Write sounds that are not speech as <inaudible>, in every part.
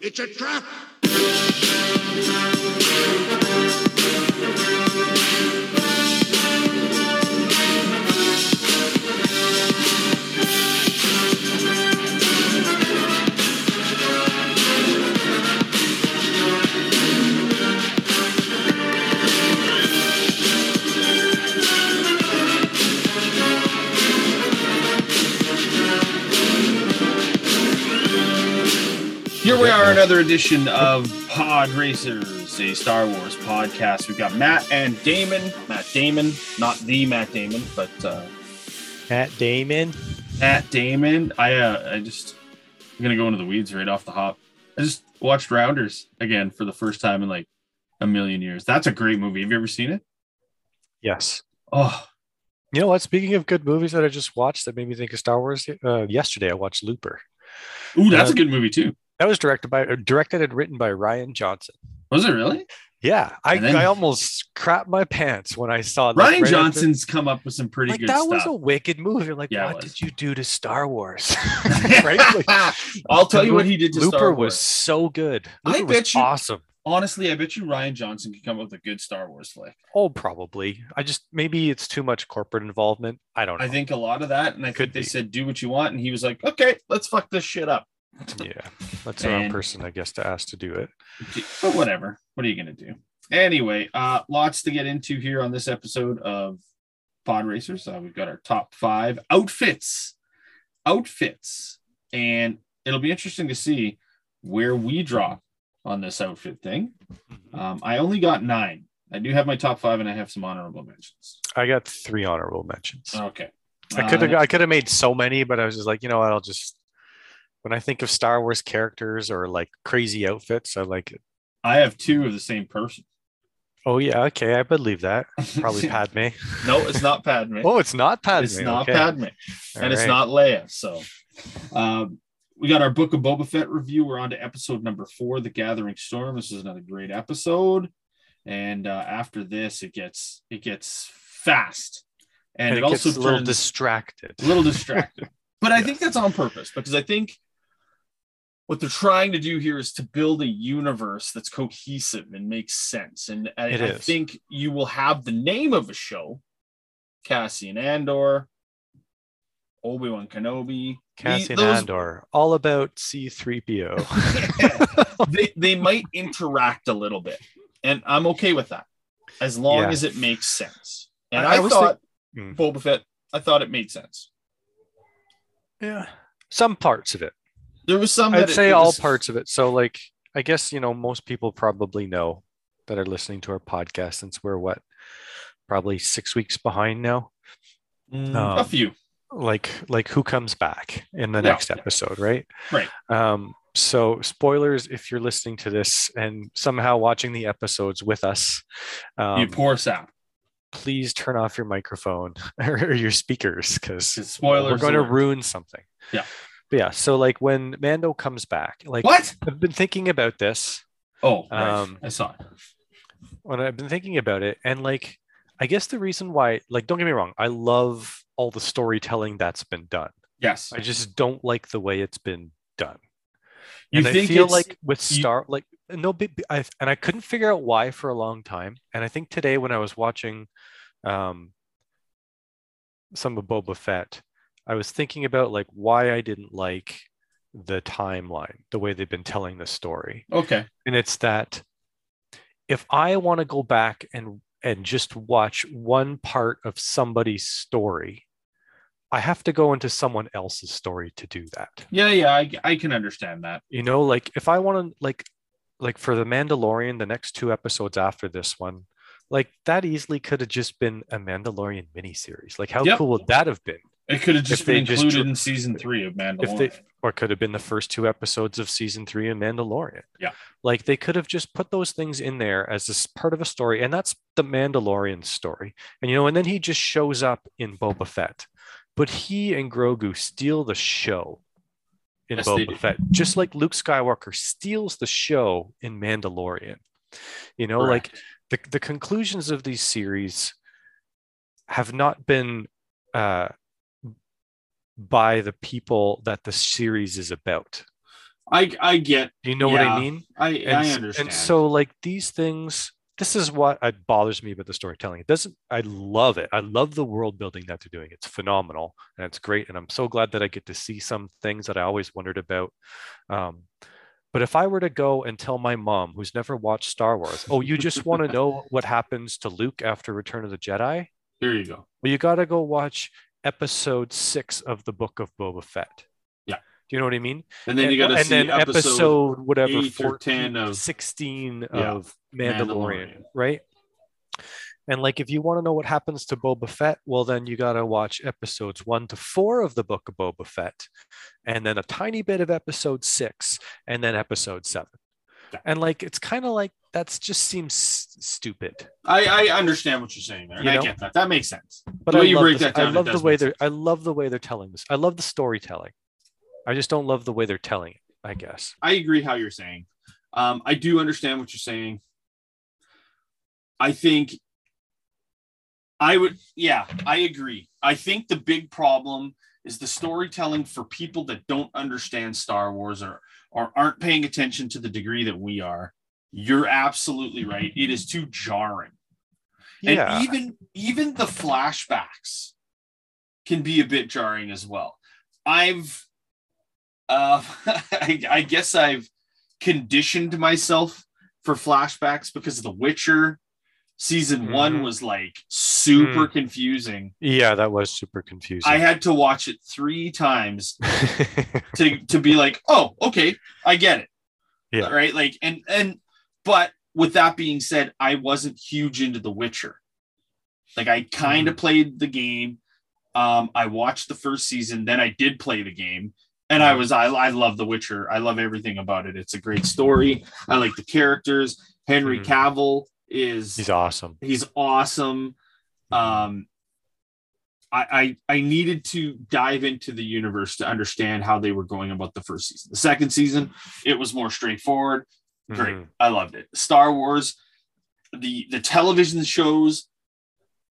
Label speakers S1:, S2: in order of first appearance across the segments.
S1: It's a trap!
S2: Here we are, another edition of Pod Racers, a Star Wars podcast. We've got Matt and Damon. Matt Damon, not the Matt Damon, but uh,
S3: Matt Damon.
S2: Matt Damon. I uh, I just I'm gonna go into the weeds right off the hop. I just watched Rounders again for the first time in like a million years. That's a great movie. Have you ever seen it?
S3: Yes.
S2: Oh,
S3: You know what? Speaking of good movies that I just watched that made me think of Star Wars, uh, yesterday I watched Looper.
S2: ooh,
S3: Uh,
S2: that's a good movie too.
S3: That was directed by, or directed and written by Ryan Johnson.
S2: Was it really?
S3: Yeah, I,
S2: And then-
S3: I almost crapped my pants when I saw that.
S2: Ryan
S3: right after-
S2: Johnson's come up with some pretty
S3: like
S2: good
S3: that was a <laughs>
S2: stuff.
S3: wicked movie. Like,
S2: Yeah, it
S3: what
S2: was.
S3: did you do to
S2: <laughs>
S3: Star Wars? <laughs> right? Like,
S2: I'll tell you
S3: Looper-
S2: what he did to
S3: Looper
S2: Star
S3: was
S2: Wars.
S3: so good.
S2: I
S3: Looper was
S2: bet you-
S3: awesome.
S2: honestly, I bet you Ryan Johnson could come up with a good Star Wars flick.
S3: Oh, probably. I just maybe it's too much corporate involvement. I don't know.
S2: I think a lot of that, and I think
S3: Uh-huh. Could
S2: they
S3: be.
S2: said do what you want, and he was like, okay, let's fuck this shit up.
S3: yeah, that's the wrong
S2: And-
S3: person, I guess, to ask to do it.
S2: But whatever, what are you gonna do? Anyway, uh, lots to get into here on this episode of Pod Racers. Uh, we've got our top five outfits, outfits, and it'll be interesting to see where we drop on this outfit thing.
S3: Mm-hmm.
S2: Um, I only got nine. I do have my top five, and I have some honorable mentions.
S3: I got three honorable mentions.
S2: Okay,
S3: I could have
S2: Uh,
S3: I could have made so many, but I was just like, you know what? I'll just when I think of Star Wars characters or like crazy outfits, I like,
S2: I have two of the same person.
S3: oh yeah, okay, I believe that.
S2: <laughs>
S3: Probably Padme.
S2: no, it's not Padme.
S3: Oh, it's not Padme.
S2: it's not
S3: okay.
S2: Padme, and
S3: All
S2: it's
S3: right.
S2: not Leia. So, um, we got our Book of Boba Fett review. We're on to episode number four, The Gathering Storm. This is another great episode, and uh, after this, it gets it gets fast, and,
S3: And
S2: it,
S3: it
S2: also
S3: gets a little
S2: turns
S3: distracted.
S2: a little distracted.
S3: <laughs>
S2: But I
S3: Yes.
S2: think that's on purpose because I think what they're trying to do here is to build a universe that's cohesive and makes sense. And I,
S3: It
S2: I
S3: is.
S2: think you will have the name of a show, Cassian Andor, Obi Wan
S3: <laughs>
S2: Kenobi, The-
S3: Cassian
S2: those-
S3: Andor, all about
S2: <laughs>
S3: C3PO.
S2: they they might interact a little bit, and I'm okay with that as long
S3: Yeah.
S2: as it makes sense. And
S3: I- I
S2: I,
S3: was
S2: thought
S3: think- Hmm.
S2: Boba Fett, I thought it made sense.
S3: yeah. Some parts of it.
S2: There was some.
S3: I'd
S2: that it-
S3: say
S2: it
S3: all
S2: was-
S3: parts of it. So, like, I guess you know most people probably know that are listening to our podcast since we're what probably six weeks behind now.
S2: Mm, a
S3: um,
S2: few.
S3: Like, like who comes back in the
S2: Yeah.
S3: next episode, right?
S2: Right.
S3: Um, so, spoilers if you're listening to this and somehow watching the episodes with us, um,
S2: you poor sap.
S3: please turn off your microphone <laughs> or your speakers because
S2: It's spoilers.
S3: we're going to
S2: alert.
S3: ruin something.
S2: Yeah.
S3: But yeah. So, like, when Mando comes back, like,
S2: what?
S3: I've been thinking about this.
S2: Oh, right.
S3: Um,
S2: I saw it.
S3: when I've been thinking about it, and like, I guess the reason why, like, don't get me wrong, I love all the storytelling that's been done.
S2: Yes.
S3: I just don't like the way it's been done.
S2: You
S3: and
S2: think
S3: I feel
S2: it's-
S3: like with
S2: you-
S3: Star, like, no, big, I, and I couldn't figure out why for a long time. And I think today when I was watching um, some of Boba Fett, I was thinking about like why I didn't like the timeline, the way they've been telling the story
S2: okay.
S3: and it's that if i want to go back and and just watch one part of somebody's story i have to go into someone else's story to do that
S2: Yeah, yeah. I, I can understand that.
S3: you know like if i want to like like for the mandalorian the next two episodes after this one like that easily could have just been a mandalorian miniseries like how
S2: Yep.
S3: cool would that have been
S2: It could have just
S3: If
S2: been
S3: they just
S2: included
S3: dr-
S2: in season three of Mandalorian.
S3: if they or it could have been the first two episodes of season three of Mandalorian.
S2: Yeah.
S3: Like they could have just put those things in there as this part of a story. And that's the Mandalorian story. And you know, and then he just shows up in Boba Fett. But he and Grogu steal the show in
S2: Yes, they do.
S3: Boba Fett, just like Luke Skywalker steals the show in Mandalorian. You know, like
S2: Correct.
S3: the, the conclusions of these series have not been uh, by the people that the series is about.
S2: I I get
S3: Do you know what
S2: Yeah,
S3: I mean?
S2: I
S3: And,
S2: I
S3: s-
S2: understand.
S3: And so, like these things, this is what uh, bothers me about the storytelling. It doesn't. I love it. I love the world building that they're doing. It's phenomenal and it's great. And I'm so glad that I get to see some things that I always wondered about. Um, but if I were to go and tell my mom, who's never watched Star Wars, oh, you just want to know what happens to Luke after Return of the Jedi?
S2: there you go.
S3: Well, you got to go watch episode six of the Book of Boba Fett.
S2: Yeah.
S3: Do you know what I mean?
S2: And then you got to
S3: and
S2: see
S3: then
S2: episode,
S3: whatever
S2: eight or 10
S3: 14
S2: of-
S3: 16
S2: Yeah,
S3: of Mandalorian,
S2: Mandalorian.
S3: right? And like if you want to know what happens to Boba Fett, well then you got to watch episodes 1 to 4 of the book of Boba Fett and then a tiny bit of episode 6 and then episode 7.
S2: Yeah.
S3: And like it's kind of like that's just seems s- stupid.
S2: I I understand what you're saying there. and
S3: You
S2: I
S3: know?
S2: get that. That makes sense.
S3: But
S2: The way
S3: I
S2: you
S3: love,
S2: break
S3: this-
S2: that
S3: I
S2: down, it
S3: love the
S2: does
S3: way
S2: make
S3: they're
S2: sense.
S3: I love the way they're telling this. I love the storytelling. I just don't love the way they're telling it, I guess.
S2: I agree how you're saying. Um, I do understand what you're saying. I think I would, yeah, I agree. I think the big problem is the storytelling for people that don't understand Star Wars or or aren't paying attention to the degree that we are. You're absolutely right. It is too jarring.
S3: Yeah.
S2: And even even the flashbacks can be a bit jarring as well. I've uh, <laughs> I, I guess I've conditioned myself for flashbacks because of The Witcher season one
S3: Mhm.
S2: was like super confusing.
S3: yeah, that was super confusing.
S2: I had to watch it three times
S3: <laughs>
S2: to to be like, oh, okay, I get it.
S3: Yeah.
S2: Right. Like, and and but with that being said, I wasn't huge into The Witcher. Like I kind
S3: Mm-hmm.
S2: of played the game. Um, I watched the first season, then I did play the game. And
S3: Mm-hmm.
S2: I was I, I love The Witcher. I love everything about it. It's a great story. I like the characters. Henry
S3: Mhm.
S2: Cavill is
S3: He's awesome.
S2: he's awesome um I, I i needed to dive into the universe to understand how they were going about the first season the second season it was more straightforward great
S3: Mhm.
S2: i loved it star wars the the television shows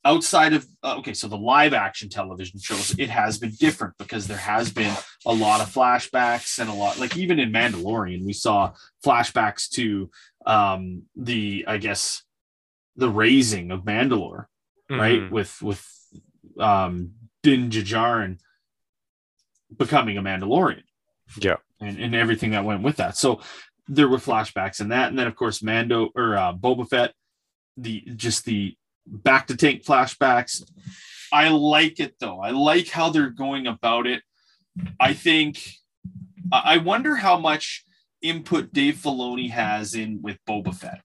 S2: outside of uh, okay so the live action television shows it has been different because there has been a lot of flashbacks and a lot like even in mandalorian we saw flashbacks to um the i guess the raising of mandalore right
S3: Mhm.
S2: with with um din Djarin becoming a mandalorian
S3: Yeah.
S2: and, and everything that went with that so there were flashbacks in that and then of course mando or uh, boba fett the just the back to tank flashbacks i like it though i like how they're going about it i think i I wonder how much input dave filoni has in with boba fett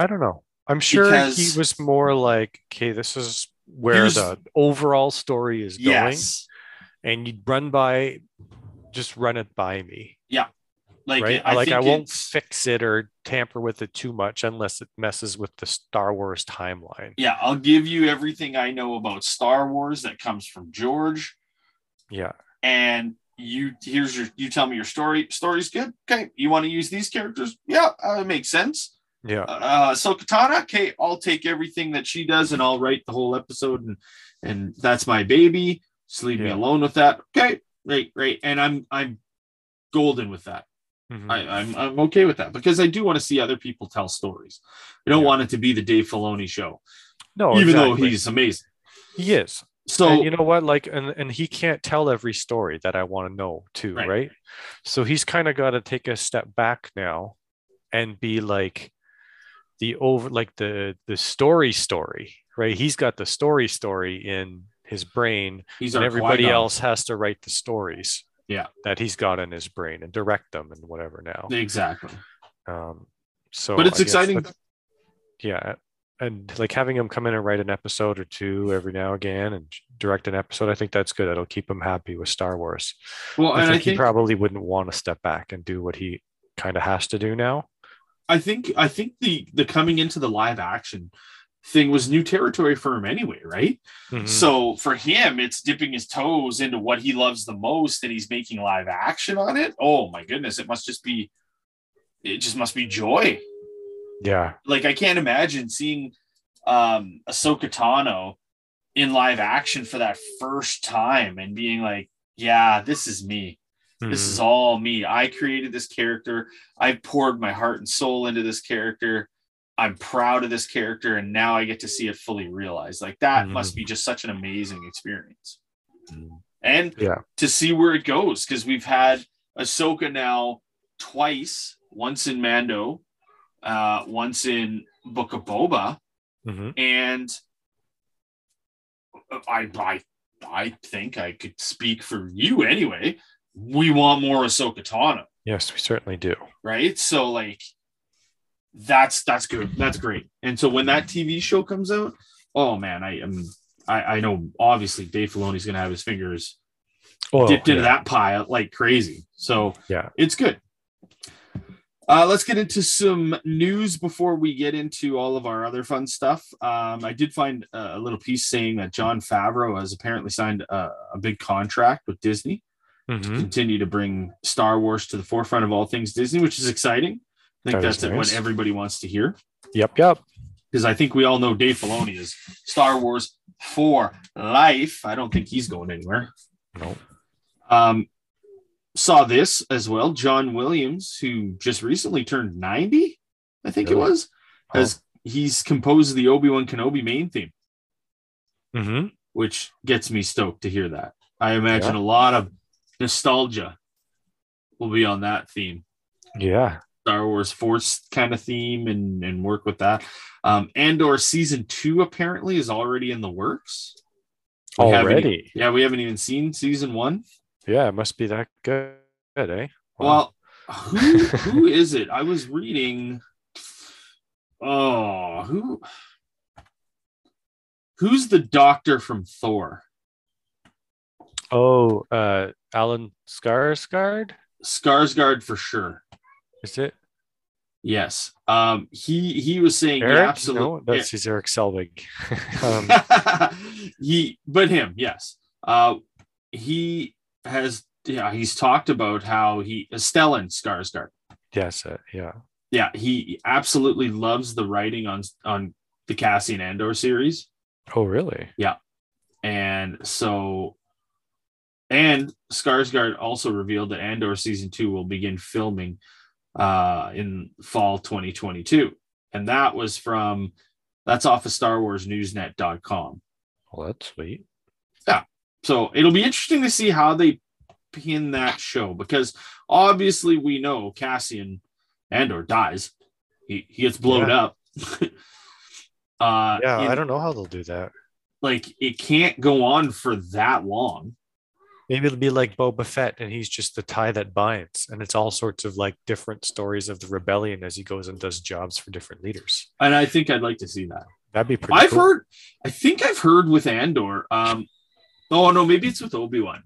S3: I don't know. I'm sure
S2: Because-
S3: he was more like, okay, this is where
S2: Here's-
S3: the overall story is going,
S2: yes
S3: and you'd run by, just run it by me,
S2: like
S3: right? I, like
S2: think
S3: I won't
S2: it's-
S3: fix it or tamper with it too much unless it messes with the Star Wars timeline.
S2: Yeah, I'll give you everything I know about Star Wars that comes from George,
S3: Yeah,
S2: and you here's your you tell me your story. Story's good. Okay, you want to use these characters? Yeah, uh, it makes sense.
S3: yeah,
S2: Uh, so Katana, okay, I'll take everything that she does and I'll write the whole episode, and and that's my baby. Just leave me
S3: Yeah.
S2: alone with that. Okay, right, right, and I'm I'm golden with that.
S3: Mhm.
S2: I, I'm I'm okay with that because I do want to see other people tell stories. I don't
S3: Yeah.
S2: want it to be the Dave Filoni show,
S3: no,
S2: even though
S3: exactly.
S2: he's amazing.
S3: he is,
S2: So
S3: and you know what like and, and he can't tell every story that i want to know too
S2: Right.
S3: right, so he's kind of got to take a step back now and be like the over like the the story story right he's got the story story in his brain
S2: He's
S3: and
S2: our
S3: everybody
S2: Qui-Gon.
S3: else has to write the stories
S2: Yeah.
S3: that he's got in his brain and direct them and whatever now
S2: Exactly.
S3: um so
S2: but it's
S3: I guess
S2: exciting.
S3: that- yeah and like having him come in and write an episode or two every now and again and direct an episode, I think that's good. That'll keep him happy with Star Wars.
S2: Well, and
S3: I think,
S2: I think
S3: he probably wouldn't want to step back and do what he kind of has to do now.
S2: I think I think the the coming into the live action thing was new territory for him anyway, right?
S3: Mhm.
S2: So for him, it's dipping his toes into what he loves the most, and he's making live action on it. Oh my goodness, it must just be, it just must be joy.
S3: yeah,
S2: Like I can't imagine seeing um Ahsoka Tano in live action for that first time and being like, yeah, this is me. This
S3: Mhm.
S2: is all me. I created this character. I poured my heart and soul into this character. I'm proud of this character, and now I get to see it fully realized. Like that
S3: Mhm.
S2: must be just such an amazing experience. And
S3: Yeah.
S2: to see where it goes, because we've had Ahsoka now twice, once in Mando, uh, once in Book of Boba
S3: Mhm.
S2: and I, I, I think I could speak for you anyway. We want more Ahsoka Tano,
S3: yes, we certainly do.
S2: right? So like, that's that's good. That's great. And so when that TV show comes out, oh man, I am. I, I know obviously Dave Filoni's gonna have his fingers
S3: Oh,
S2: dipped into
S3: yeah.
S2: that pie like crazy. So
S3: Yeah.
S2: it's good. Uh, let's get into some news before we get into all of our other fun stuff. Um, I did find uh, a little piece saying that John Favreau has apparently signed a, a big contract with Disney to
S3: Mhm.
S2: continue to bring Star Wars to the forefront of all things Disney, which is exciting. I think
S3: That is
S2: that's what
S3: nice.
S2: everybody wants to hear
S3: Yep, yep.
S2: because I think we all know Dave Filoni is Star Wars for life. I don't think he's going anywhere.
S3: No.
S2: Um, saw this as well. John Williams, who just recently turned 90, I think it
S3: Really? Oh.
S2: was,
S3: Wow.
S2: has he's composed the Obi Wan Kenobi main theme,
S3: hmm
S2: which gets me stoked to hear that. I imagine a lot of nostalgia will be on that theme.
S3: Yeah.
S2: Star Wars Force kind of theme and, and work with that. Um, Andor season two apparently is already in the works. We haven't e-
S3: Already.
S2: yeah, we haven't even seen season one.
S3: Yeah, it must be that good, eh? Wow.
S2: Well, who
S3: <laughs>
S2: who is it? I was reading. Oh, who? Who's the doctor from Thor?
S3: Oh, uh, Alan Skarsgård,
S2: Skarsgård for sure.
S3: is it?
S2: Yes. Um. He he was saying
S3: Eric? No,
S2: absolutely.
S3: that's he's
S2: <laughs>
S3: Eric Selvig. um,
S2: he but him yes. Uh, he has yeah. He's talked about how he Stellan Skarsgård.
S3: yes, uh, yeah.
S2: yeah, he absolutely loves the writing on on the Cassian Andor series,
S3: Oh, really?
S2: and so, and Skarsgård also revealed that Andor season two will begin filming uh, in fall 2022, and that was from that's off of Star Wars Newsnet.com.
S3: Well, that's sweet.
S2: So it'll be interesting to see how they pin that show because obviously we know Cassian Andor dies. He he gets blown up. <laughs> uh
S3: yeah,
S2: it-
S3: I don't know how they'll do that.
S2: like it can't go on for that long.
S3: Maybe it'll be like Boba Fett, and he's just the tie that binds, and it's all sorts of like different stories of the rebellion as he goes and does jobs for different leaders.
S2: And I think I'd like to see that.
S3: That'd be pretty.
S2: I've
S3: cool.
S2: heard I think I've heard with Andor. Um oh no, maybe it's with Obi-Wan.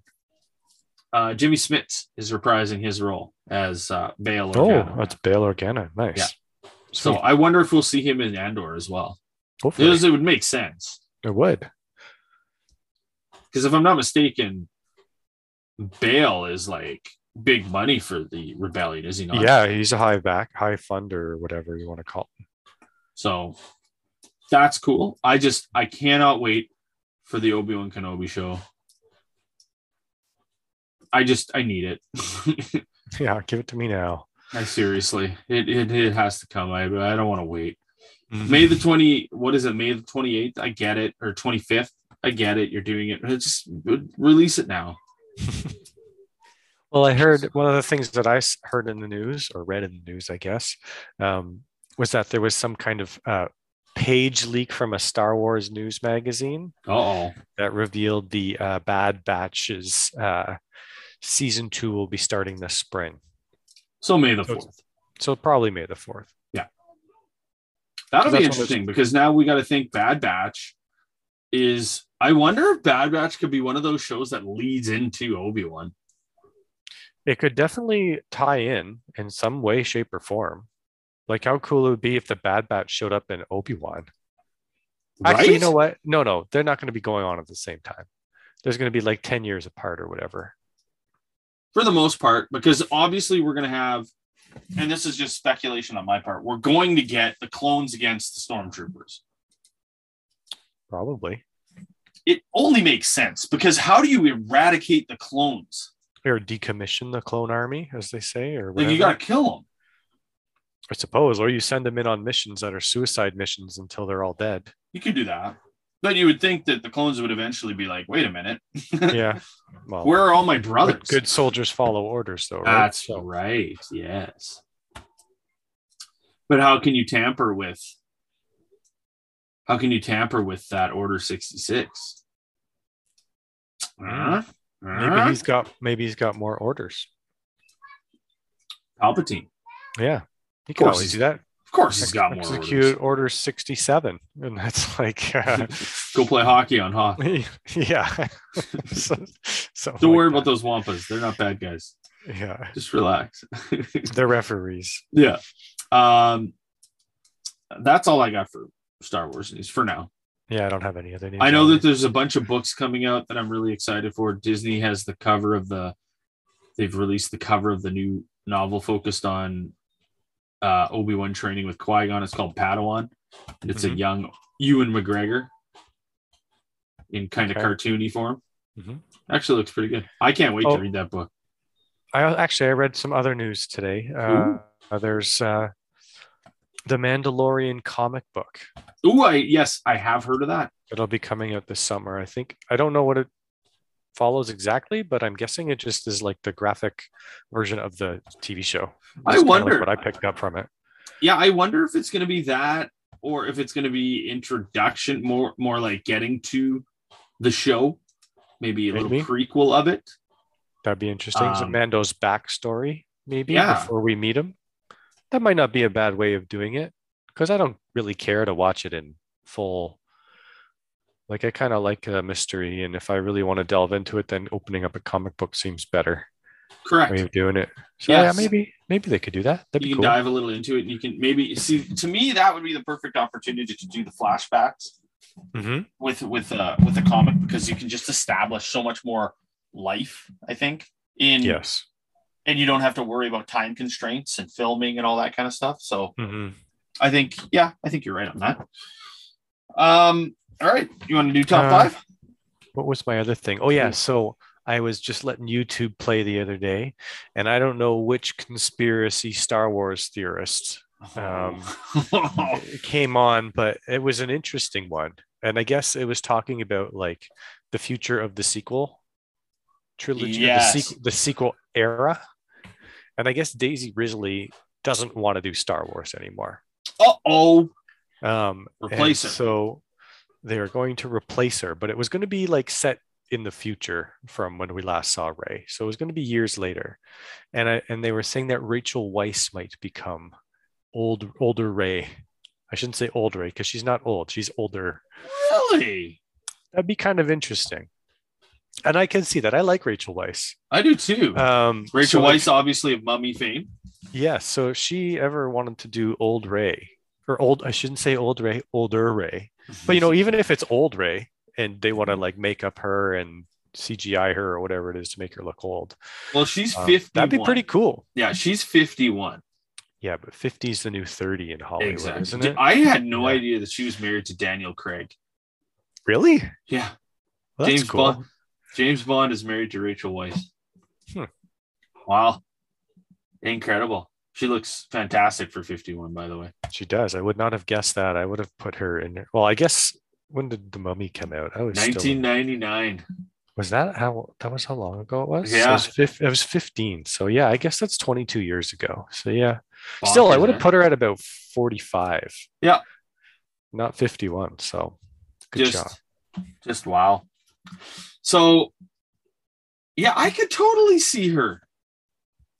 S2: Uh Jimmy Smits is reprising his role as uh Bail
S3: Oh,
S2: Organa.
S3: that's Bail Organa. Nice.
S2: Yeah.
S3: Sweet.
S2: so I wonder if we'll see him in Andor as well.
S3: hopefully
S2: Because it would make sense.
S3: it would.
S2: because if I'm not mistaken, bail is like big money for the rebellion, is he not?
S3: Yeah, he's a high back, high funder, or whatever you want to call it.
S2: So that's cool. I just I cannot wait for the Obi Wan Kenobi show. I just I need it. <laughs>
S3: Yeah, give it <laughs> to me now.
S2: I seriously, it, it it has to come. I I don't want to wait. May the twenty what is it? May the twenty eighth. I get it, or twenty fifth. I get it. You're doing it. Just release it now.
S3: Well, I heard one of the things that I s- heard in the news or read in the news, I guess, um, was that there was some kind of uh, page leak from a Star Wars news magazine
S2: Uh oh.
S3: that revealed the uh, Bad Batch's uh, season two will be starting this spring.
S2: So May the
S3: So
S2: fourth.
S3: it's- So probably May the 4th.
S2: That'll be
S3: That's one of those-
S2: interesting because now we got to think Bad Batch is I wonder if Bad Batch could be one of those shows that leads into Obi Wan.
S3: It could definitely tie in in some way, shape, or form. Like, how cool it would be if the Bad Batch showed up in Obi Wan.
S2: Right?
S3: Actually, you know what? No, no, they're not going to be going on at the same time. There's going to be like 10 years apart or whatever.
S2: for the most part, because obviously we're going to have, and this is just speculation on my part, we're going to get the clones against the stormtroopers.
S3: Probably.
S2: It only makes sense because how do you eradicate the clones?
S3: Or decommission the clone army, as they say, or
S2: Like
S3: whatever.
S2: you got to kill them.
S3: I suppose, or you send them in on missions that are suicide missions until they're all dead.
S2: <laughs> You could do that. But you would think that the clones would eventually be like, wait a minute,
S3: Yeah. Well,
S2: where are all my
S3: good-
S2: brothers?
S3: good soldiers follow orders, though, right?
S2: That's right. Yes. But how can you tamper with? How can you tamper with that Order sixty six? Huh?
S3: Maybe
S2: Huh?
S3: he's got maybe he's got more orders.
S2: Palpatine.
S3: Yeah, he can
S2: course
S3: always
S2: he's
S3: do that.
S2: Of course, he's got more
S3: Execute
S2: orders.
S3: order sixty-seven, and that's <laughs> like, uh,
S2: Go play hockey on
S3: <laughs>
S2: Hoth.
S3: yeah. <laughs> so, something
S2: Don't
S3: like
S2: worry about
S3: that.
S2: those Wampas. They're not bad guys.
S3: Yeah,
S2: Just relax. <laughs>
S3: they're referees.
S2: yeah. Um. That's all I got for Star Wars news for now.
S3: Yeah, I don't have any other names.
S2: I know
S3: either.
S2: that there's a bunch of books coming out that I'm really excited for. Disney has the cover of the they've released the cover of the new novel focused on uh Obi-Wan training with Qui-Gon. It's called Padawan. And it's a
S3: Mhm.
S2: young Ewan McGregor in kind of
S3: Okay.
S2: cartoony form.
S3: Mhm.
S2: Actually looks pretty good. I can't wait
S3: Oh.
S2: to read that book.
S3: I uh, actually I read some other news today. Uh, there's uh, the Mandalorian comic book.
S2: Ooh, I yes, I have heard of that.
S3: It'll be coming out this summer. I think I don't know what it follows exactly, but I'm guessing it just is like the graphic version of the TV show.
S2: I
S3: That's kinda like
S2: wonder.
S3: what I picked up from it.
S2: yeah i wonder if it's going to be that or if it's going to be introduction more more like getting to the show maybe a
S3: Maybe.
S2: little prequel of it
S3: That'd be interesting. so
S2: Um,
S3: Mando's backstory, maybe
S2: Yeah.
S3: before we meet him. That might not be a bad way of doing it because I don't really care to watch it in full. Like I kind of like a mystery, and if I really want to delve into it, then opening up a comic book seems better way
S2: correct
S3: of doing it. So yeah,
S2: Yes.
S3: maybe maybe they could do that. That'd
S2: you
S3: be
S2: can
S3: cool.
S2: dive a little into it and you can maybe see to me that would be the perfect opportunity to do the flashbacks
S3: hmm
S2: with with uh with a comic because you can just establish so much more life i think in
S3: Yes.
S2: and you don't have to worry about time constraints and filming and all that kind of stuff so
S3: hmm
S2: I think, yeah, I think you're right on that. Um, all right, you want to do top
S3: Uh,
S2: five?
S3: what was my other thing? Oh yeah, so I was just letting YouTube play the other day, and I don't know which conspiracy Star Wars theorist um,
S2: <laughs>
S3: it came on, but it was an interesting one, and I guess it was talking about like the future of the sequel trilogy, or the,
S2: Yes.
S3: sequel, the sequel era, and I guess Daisy Risley doesn't want to do Star Wars anymore.
S2: uh oh,
S3: Um, and
S2: Replace her.
S3: So they are going to replace her, but it was going to be like set in the future from when we last saw Ray. So it was going to be years later, and I, and they were saying that Rachel Weiss might become old older Ray. I shouldn't say old Ray because she's not old; she's older.
S2: really?
S3: That'd be kind of interesting, and I can see that. I like Rachel Weiss.
S2: I do too.
S3: Um,
S2: Rachel
S3: so if-
S2: Weisz, obviously of Mummy fame.
S3: yeah. So if she ever wanted to do old Ray or old, I shouldn't say old Ray, older Ray. But you know, even if it's old Ray and they
S2: Mm-hmm.
S3: want to like make up her and CGI her or whatever it is to make her look old,
S2: well, she's
S3: um,
S2: fifty.
S3: that'd be pretty cool.
S2: Yeah, she's fifty-one.
S3: Yeah, but 50 is the new 30 in Hollywood, isn't it?
S2: I had no
S3: Yeah.
S2: idea that she was married to Daniel Craig.
S3: really?
S2: Yeah,
S3: Well, that's
S2: James
S3: cool.
S2: Bond. James Bond is married to Rachel Weisz.
S3: Hmm.
S2: Wow, incredible. She looks fantastic for fifty-one, by the way.
S3: She does. I would not have guessed that. I would have put her in. Well, I guess when did the mummy come out? I was still,
S2: Nineteen ninety-nine.
S3: was that how that was how long ago it was? So
S2: Yeah.
S3: it was, fif- it was 15. So yeah, I guess that's 22 years ago. So yeah, Still, I would have put her at about 45.
S2: Yeah.
S3: Not 51. So good
S2: just,
S3: job.
S2: just wow. So, yeah, I could totally see her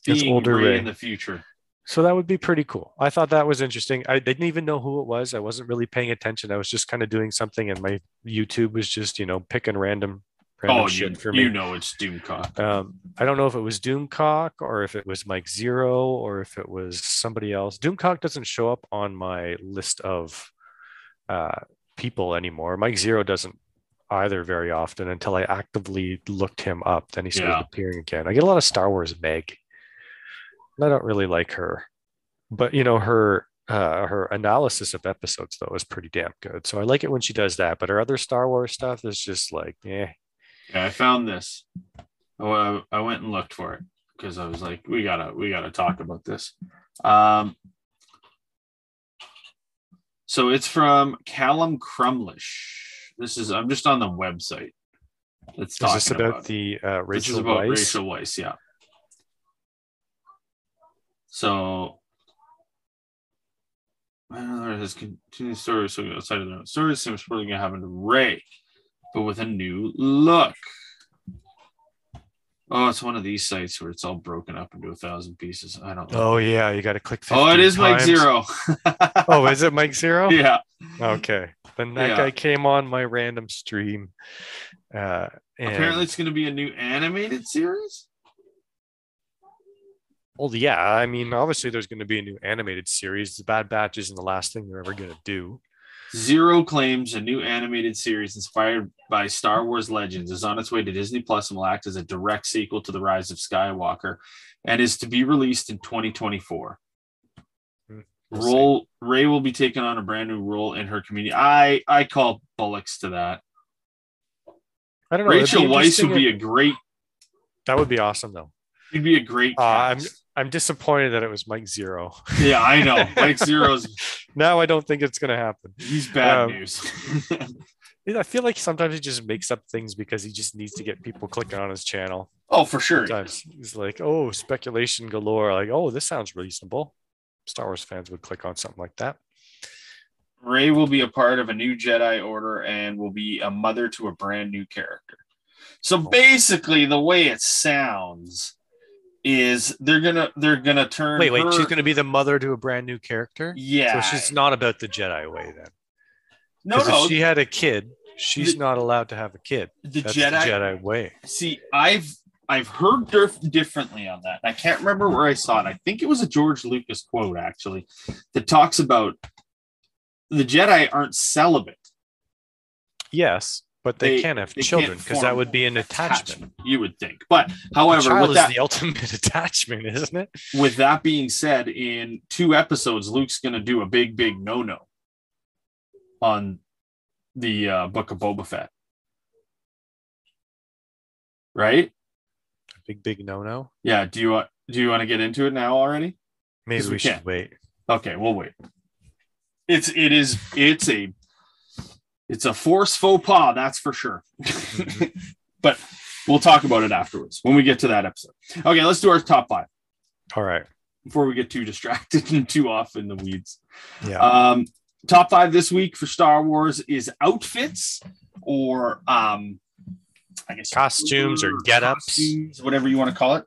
S3: That's
S2: being
S3: older
S2: Rey
S3: Rey.
S2: in the future.
S3: So that would be pretty cool. I thought that was interesting. I didn't even know who it was. I wasn't really paying attention. I was just kind of doing something, and my YouTube was just, you know, picking random, random
S2: oh,
S3: shit
S2: you,
S3: for me.
S2: you know it's Doomcock.
S3: Um, I don't know if it was Doomcock or if it was Mike Zero or if it was somebody else. Doomcock doesn't show up on my list of uh, people anymore. Mike Zero doesn't either very often until I actively looked him up. Then he started
S2: Yeah.
S3: appearing again. I get a lot of Star Wars Meg. And I don't really like her, but you know her uh, her analysis of episodes though is pretty damn good. So I like it when she does that. But her other Star Wars stuff is just like, eh.
S2: Yeah, I found this. Oh, I, I went and looked for it because I was like, we gotta we gotta talk about this. Um, so it's from Callum Crumlish. This is I'm just on the website. Let's
S3: Is
S2: talk
S3: this about, the uh,
S2: This
S3: Rachel
S2: is about
S3: Weisz?
S2: Rachel Weiss, yeah. So, I don't know, his continued story so outside of the story seems probably going to happen to Ray, but with a new look. Oh, it's one of these sites where it's all broken up into a thousand pieces. I don't know.
S3: Oh yeah, you got to click.
S2: Oh, it
S3: 15
S2: is Mike
S3: times.
S2: Zero. <laughs>
S3: Oh, is it Mike Zero?
S2: yeah.
S3: Okay. Then that
S2: Yeah.
S3: guy came on my random stream. Uh, and,
S2: Apparently, it's going to be a new animated series.
S3: well, yeah. I mean, obviously, there's going to be a new animated series. The Bad Batch isn't the last thing they're ever going to do.
S2: Zero claims a new animated series inspired by Star Wars Legends is on its way to Disney Plus and will act as a direct sequel to The Rise of Skywalker and is to be released in 2024.
S3: Hmm. We'll see.
S2: Role Ray will be taking on a brand new role in her community. I I call bullocks to that.
S3: I don't know. Oh, it'd be
S2: Rachel Weisz
S3: interesting
S2: would be
S3: if-
S2: a great.
S3: that would be awesome though.
S2: She'd be a great.
S3: Uh, I'm-
S2: cast.
S3: I'm disappointed that it was Mike Zero. <laughs>
S2: yeah, I know. Mike Zero's
S3: now I don't think it's going to happen.
S2: he's bad
S3: <laughs> Um,
S2: news. <laughs>
S3: I feel like sometimes he just makes up things because he just needs to get people clicking on his channel.
S2: oh, for sure.
S3: Sometimes he's like, oh, speculation galore. Like, oh, this sounds reasonable. Star Wars fans would click on something like that.
S2: Ray will be a part of a new Jedi Order and will be a mother to a brand new character. So basically, the way it sounds is they're gonna they're gonna turn.
S3: Wait, wait,
S2: her-
S3: she's going to be the mother to a brand new character?
S2: Yeah.
S3: So she's not about the Jedi way then.
S2: no,
S3: 'Cause
S2: no.
S3: if she had a kid, she's
S2: The-
S3: not allowed to have a kid.
S2: the,
S3: That's
S2: Jedi,
S3: the Jedi way.
S2: See, I've I've heard dif- differently on that. I can't remember where I saw it. I think it was a George Lucas quote actually that talks about the Jedi aren't celibate.
S3: Yes, but they,
S2: They-
S3: can't have
S2: they can't
S3: children because that
S2: form
S3: would be an attachment.
S2: You would think, but
S3: A
S2: however,
S3: child
S2: with
S3: is
S2: that,
S3: the ultimate <laughs> attachment, isn't it?
S2: with that being said, in two episodes, Luke's going to do a big, big no no on the uh, Book of Boba Fett. Right?
S3: Big, big no no.
S2: Yeah. Do you want? Do you want to get into it now already?
S3: Maybe
S2: Yes,
S3: we,
S2: we
S3: should
S2: can.
S3: wait.
S2: Okay, we'll wait. It's it is it's a it's a force faux pas, that's for sure. <laughs> but we'll talk about it afterwards when we get to that episode. Okay, let's do our top five
S3: All right.
S2: before we get too distracted <laughs> and too off in the weeds.
S3: Yeah.
S2: Um, top five this week for Star Wars is outfits or um, I guess
S3: Costumes or get-ups.
S2: costumes, whatever you want to call it.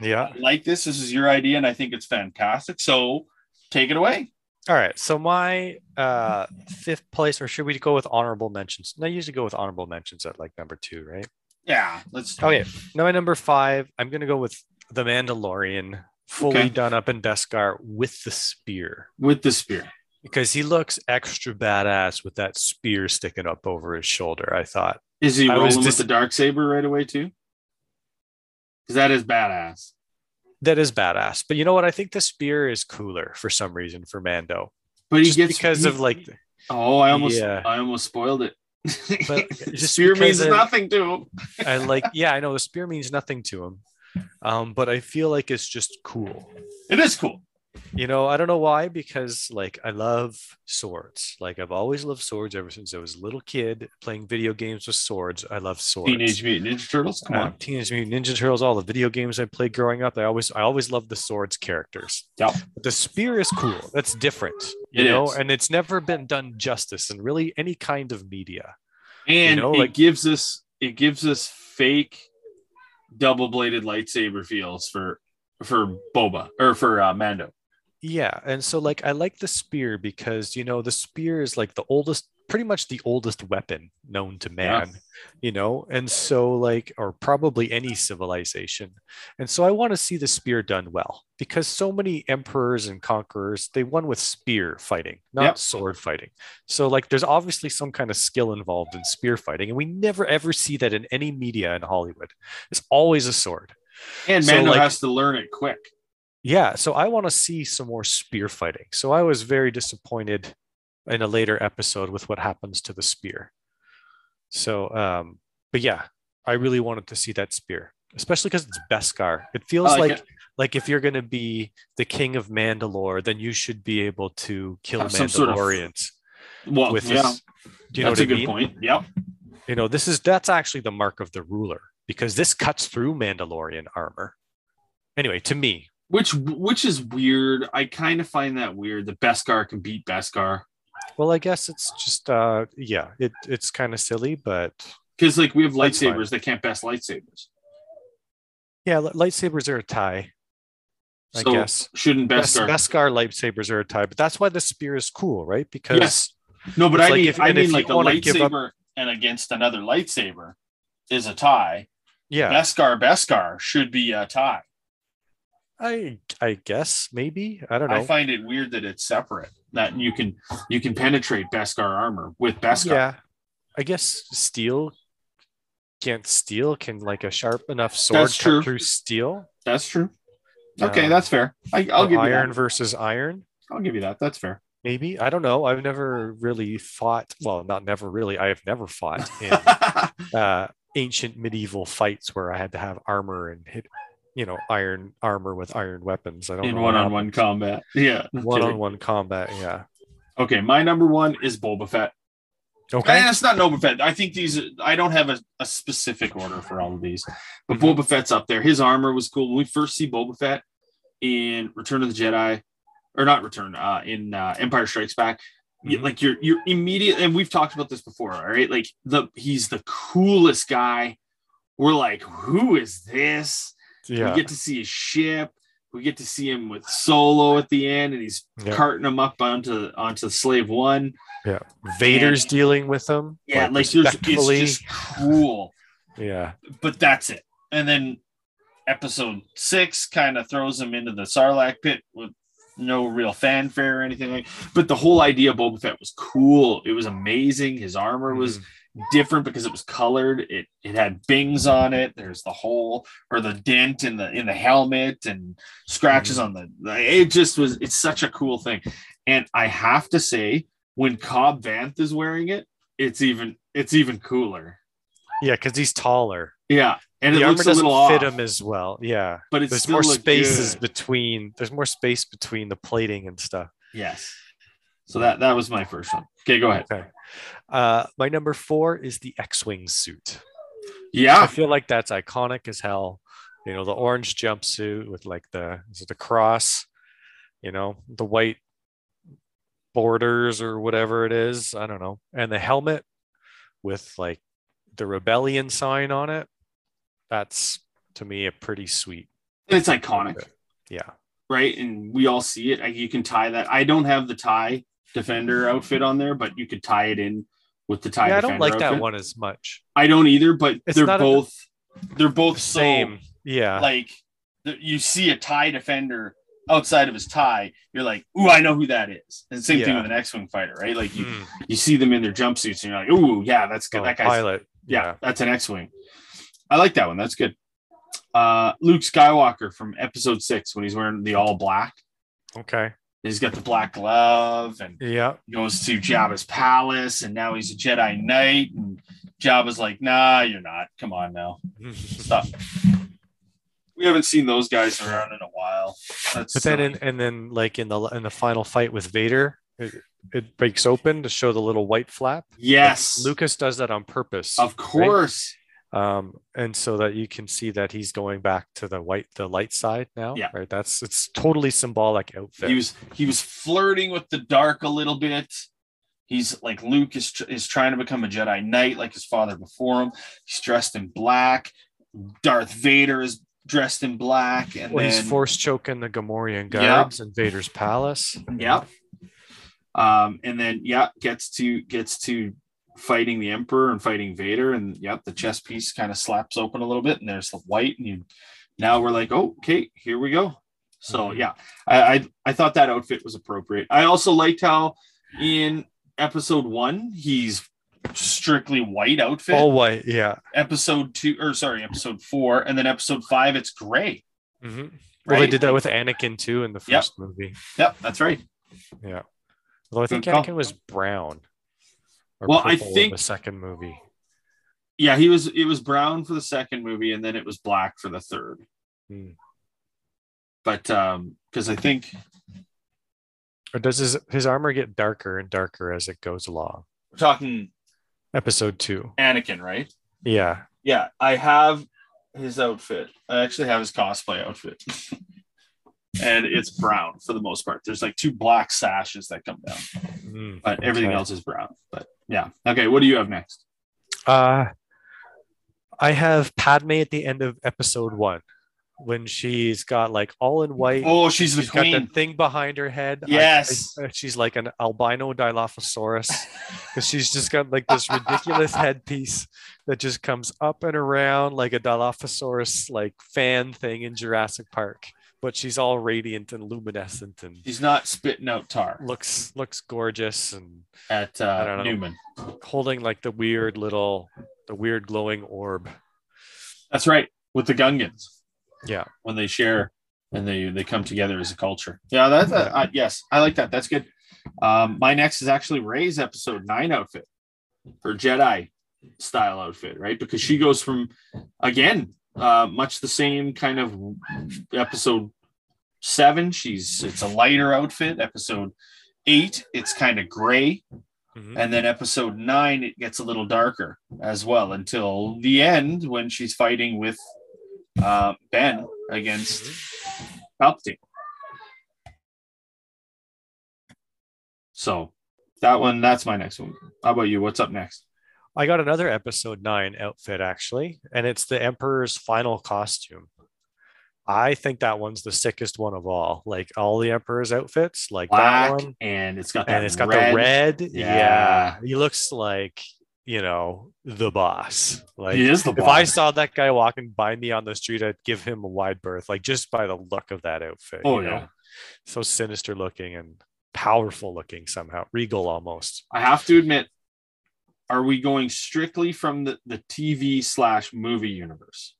S3: yeah.
S2: I like this. This is your idea, and I think it's fantastic. So take it away.
S3: All right. So my uh fifth place, or should we go with honorable mentions? No, I usually go with honorable mentions at like number two, right?
S2: Oh, Yeah, let's.
S3: Okay. Now my number five, I'm gonna go with the Mandalorian, fully
S2: Okay.
S3: done up in Beskar with the spear.
S2: With the spear,
S3: Because he looks extra badass with that spear sticking up over his shoulder. I thought
S2: is he
S3: I
S2: rolling
S3: was dis-
S2: with the dark saber right away too? Because that is badass.
S3: that is badass. But you know what? I think the spear is cooler for some reason for Mando.
S2: But he
S3: Just
S2: gets
S3: because
S2: he-
S3: of like
S2: Oh, I almost,
S3: Yeah.
S2: I almost spoiled it. <laughs>
S3: But just
S2: spear
S3: because
S2: means
S3: of-
S2: nothing to him. <laughs>
S3: I like yeah, I know the spear means nothing to him. Um, but I feel like it's just cool.
S2: It is cool.
S3: You know, I don't know why, because like I love swords. Like I've always loved swords ever since I was a little kid playing video games with swords. I love swords.
S2: Teenage Mutant Ninja Turtles. Come
S3: Uh,
S2: on.
S3: Teenage Mutant Ninja Turtles, all the video games I played growing up. I always I always loved the swords characters.
S2: Yep.
S3: But the spear is cool. That's different. You
S2: It
S3: know,
S2: is.
S3: and it's never been done justice in really any kind of media.
S2: and
S3: know,
S2: it
S3: like-
S2: gives us it gives us fake double bladed lightsaber feels for for Boba or for uh, Mando.
S3: Yeah, and so like I like the spear because you know the spear is like the oldest, pretty much the oldest weapon known to man, you know, and so like or probably any civilization. And so I want to see the spear done well because so many emperors and conquerors they won with spear fighting,
S4: Yep.
S3: not sword fighting. So like there's obviously some kind of skill involved in spear fighting, and we never ever see that in any media in Hollywood. It's always a sword.
S2: And
S3: So,
S2: Mando
S3: like-
S2: has to learn it quick.
S3: Yeah, so I want to see some more spear fighting. So I was very disappointed in a later episode with what happens to the spear. So, um, but yeah, I really wanted to see that spear, especially because it's Beskar. It feels
S2: I like
S3: like like, if you're going to be the king of Mandalore, then you should be able to kill
S2: Have some sort of-
S3: Mandalorians
S2: uh, Well,
S3: with
S2: yeah,
S3: this. Do you know
S2: that's
S3: what I
S2: a good
S3: mean?
S2: point. Yep.
S3: You know, this is that's actually the mark of the ruler because this cuts through Mandalorian armor. Anyway, to me,
S2: Which which is weird. I kind of find that weird. The Beskar can beat Beskar.
S3: Well, I guess it's just uh yeah, it it's kind of silly, but
S2: Because like we have
S3: That's fine.
S2: lightsabers, they can't best lightsabers.
S3: yeah, li- lightsabers are a tie. I
S2: so
S3: guess.
S2: shouldn't
S3: Bes-
S2: Beskar?
S3: Beskar lightsabers are a tie, but that's why the spear is cool, right? Because
S2: Yes. no, but
S3: it's
S2: I
S3: like
S2: mean,
S3: if-
S2: I
S3: and if
S2: mean
S3: you
S2: like a
S3: wanna give up-
S2: lightsaber and against another lightsaber is a tie.
S3: yeah,
S2: Beskar Beskar should be a tie.
S3: I I guess maybe I don't know.
S2: I find it weird that it's separate. That you can you can penetrate Beskar armor with Beskar.
S3: yeah, I guess steel can't steel can like a sharp enough sword
S2: That's
S3: cut
S2: true.
S3: through steel.
S2: That's true. Okay,
S3: Um,
S2: that's fair. I, I'll
S3: or
S2: give you
S3: iron
S2: that.
S3: versus iron.
S2: I'll give you that. That's fair.
S3: Maybe I don't know. I've never really fought. Well, not never really. I have never fought in uh, ancient medieval fights where I had to have armor and hit, you know, iron armor with iron weapons. I
S2: <laughs>
S3: don't
S2: In
S3: know
S2: one on one combat. Yeah.
S3: one on one combat. Yeah.
S2: Okay, my number one is Boba Fett.
S3: Okay.
S2: And Eh, it's not Boba Fett. I think these. I don't have a, a specific order for all of these,
S3: Mm-hmm.
S2: but Boba Fett's up there. His armor was cool. When we first see Boba Fett in Return of the Jedi, or not Return, uh, in uh, Empire Strikes Back, y-
S3: Mhm.
S2: like you're you're immediate. And we've talked about this before. All right, like the he's the coolest guy. We're like, who is this?
S3: Yeah.
S2: We get to see his ship. We get to see him with Solo at the end, and he's
S3: Yeah.
S2: carting him up onto onto Slave One.
S3: yeah. Vader's dealing with them.
S2: Yeah, like, there's it's
S3: respectfully.
S2: just cool.
S3: yeah.
S2: But that's it. And then episode six kind of throws him into the Sarlacc pit with no real fanfare or anything like but the whole idea of Boba Fett was cool. It was amazing. His armor
S3: Mhm.
S2: was different because it was colored. It it had bings on it. There's the hole or the dent in the in the helmet and scratches
S3: Mm-hmm.
S2: on the it just was it's such a cool thing. And I have to say, when Cobb Vanth is wearing it, it's even it's even cooler.
S3: Mm-hmm. yeah, because he's taller.
S2: Yeah, and
S3: the
S2: it
S3: armor
S2: looks a
S3: doesn't
S2: little
S3: fit
S2: off,
S3: him as well. Yeah.
S2: but it's
S3: There's
S2: still
S3: more
S2: looked
S3: spaces
S2: good.
S3: between. There's more space between the plating and stuff.
S2: Yes. So that that was my first one. Okay, go ahead.
S3: Okay. Uh, my number four is the X-wing suit. I
S2: Yeah,
S3: feel like that's iconic as hell. You know, the orange jumpsuit with like the is it the cross, you know, the white borders or whatever it is. I don't know. And the helmet with like the rebellion sign on it. That's to me a pretty sweet.
S2: it's iconic,
S3: Yeah.
S2: right? And we all see it. I- You can tie that. I don't have the tie defender outfit on there, but you could tie it in with the tie.
S3: yeah, I
S2: defender
S3: don't like that
S2: outfit.
S3: one as much.
S2: I don't either, but
S3: It's
S2: they're
S3: not a-
S2: both they're both so,
S3: Same. Yeah.
S2: like th- you see a tie defender outside of his tie, you're like, ooh, I know who that is. And same thing
S3: Yeah.
S2: with an X-wing fighter, right? Like you,
S3: Mm.
S2: you see them in their jumpsuits, and you're like, ooh, yeah, that's good.
S3: Oh,
S2: that guy's
S3: pilot.
S2: yeah, that's an X-wing. I like that one. That's good. Uh, Luke Skywalker from Episode Six when he's wearing the all black.
S3: yeah. Okay.
S2: He's got the black glove and
S3: Yeah. <laughs>
S2: goes to Jabba's palace, and now he's a Jedi Knight. And Jabba's like, "Nah, you're not. Come on now, stop." We haven't seen those guys around in a while. That's
S3: But then,
S2: silly.
S3: in, and then, like in the in the final fight with Vader, it, it breaks open to show the little white flap.
S2: yes, Luke,
S3: Lucas does that on purpose,
S2: of course.
S3: um, and so that you can see that he's going back to the white, the light side now.
S2: Yeah.
S3: right. That's it's totally symbolic outfit.
S2: He was he was flirting with the dark a little bit. He's like Luke is tr- is trying to become a Jedi Knight like his father before him. He's dressed in black. Darth Vader is dressed in black, and
S3: Well, he's
S2: then-
S3: force choking the Gamorrean
S2: Yeah.
S3: guards in Vader's palace.
S2: Yeah. Um, and then yeah, gets to gets to fighting the Emperor and fighting Vader, and yep, the chess piece kind of slaps open a little bit, and there's the white, and you now we're like, oh, okay, here we go. So yeah, I, I I thought that outfit was appropriate. I also liked how in episode one he's strictly white outfit.
S3: All white, yeah.
S2: Episode two, or sorry, episode four, and then episode five, it's gray.
S3: hmm Well, they
S2: Right?
S3: did that with Anakin too in the
S2: Yep.
S3: first movie.
S2: Yep, that's right.
S3: Yeah. Although I think
S2: call.
S3: Anakin was brown. Or
S2: Well, I
S3: purple in
S2: think-
S3: the second movie.
S2: Yeah, he was it was brown for the second movie, and then it was black for the third.
S3: Hmm.
S2: But um, because I think
S3: Or does his his armor get darker and darker as it goes along?
S2: we're talking
S3: Episode two.
S2: Anakin, right?
S3: Yeah.
S2: Yeah, I have his outfit. I actually have his cosplay outfit. <laughs> and it's brown for the most part. There's like two black sashes that come down,
S3: Mm.
S2: but everything
S3: Okay.
S2: else is brown. But yeah. Okay, what do you have next?
S3: Uh, I have Padme at the end of episode one when she's got like all in white.
S2: Oh, she's the
S3: She's got
S2: queen.
S3: that thing behind her head. I- I-
S2: Yes.
S3: I- she's like an albino Dilophosaurus because she's just got like this
S2: <laughs>
S3: ridiculous headpiece that just comes up and around like a Dilophosaurus like fan thing in Jurassic Park. But she's all radiant and luminescent and
S2: She's not spitting out tar
S3: looks looks gorgeous and
S2: at
S3: I
S2: uh,
S3: don't know.
S2: Newman.
S3: holding like the weird little the weird glowing orb.
S2: That's right. With the Gungans.
S3: Yeah.
S2: When they share and they they come together as a culture. Yeah, that's uh, uh, yes, I like that. That's good. Um, my next is actually Ray's episode nine outfit, her Jedi style outfit, right? Because she goes from again, uh, much the same kind of episode seven. She's it's a lighter outfit. Episode eight, it's kind of gray,
S3: Mhm.
S2: and then episode nine, it gets a little darker as well until the end when she's fighting with uh, Ben against Palpatine. So that one, that's my next one. How about you? What's up next?
S3: I got another episode nine outfit actually, and it's the Emperor's final costume. I think that one's the sickest one of all. Like all the Emperor's outfits, like that
S2: Black,
S3: one,
S2: and it's got that
S3: and it's got
S2: red.
S3: the red. Yeah.
S2: Yeah.
S3: he looks like you know the boss. Like
S2: he is the
S3: if I
S2: boss.
S3: saw that guy walking by me on the street, I'd give him a wide berth, like just by the look of that outfit.
S2: Oh,
S3: you
S2: yeah.
S3: know? so sinister looking and powerful looking somehow, regal almost.
S2: I have to admit, are we going strictly from the, the TV slash movie universe?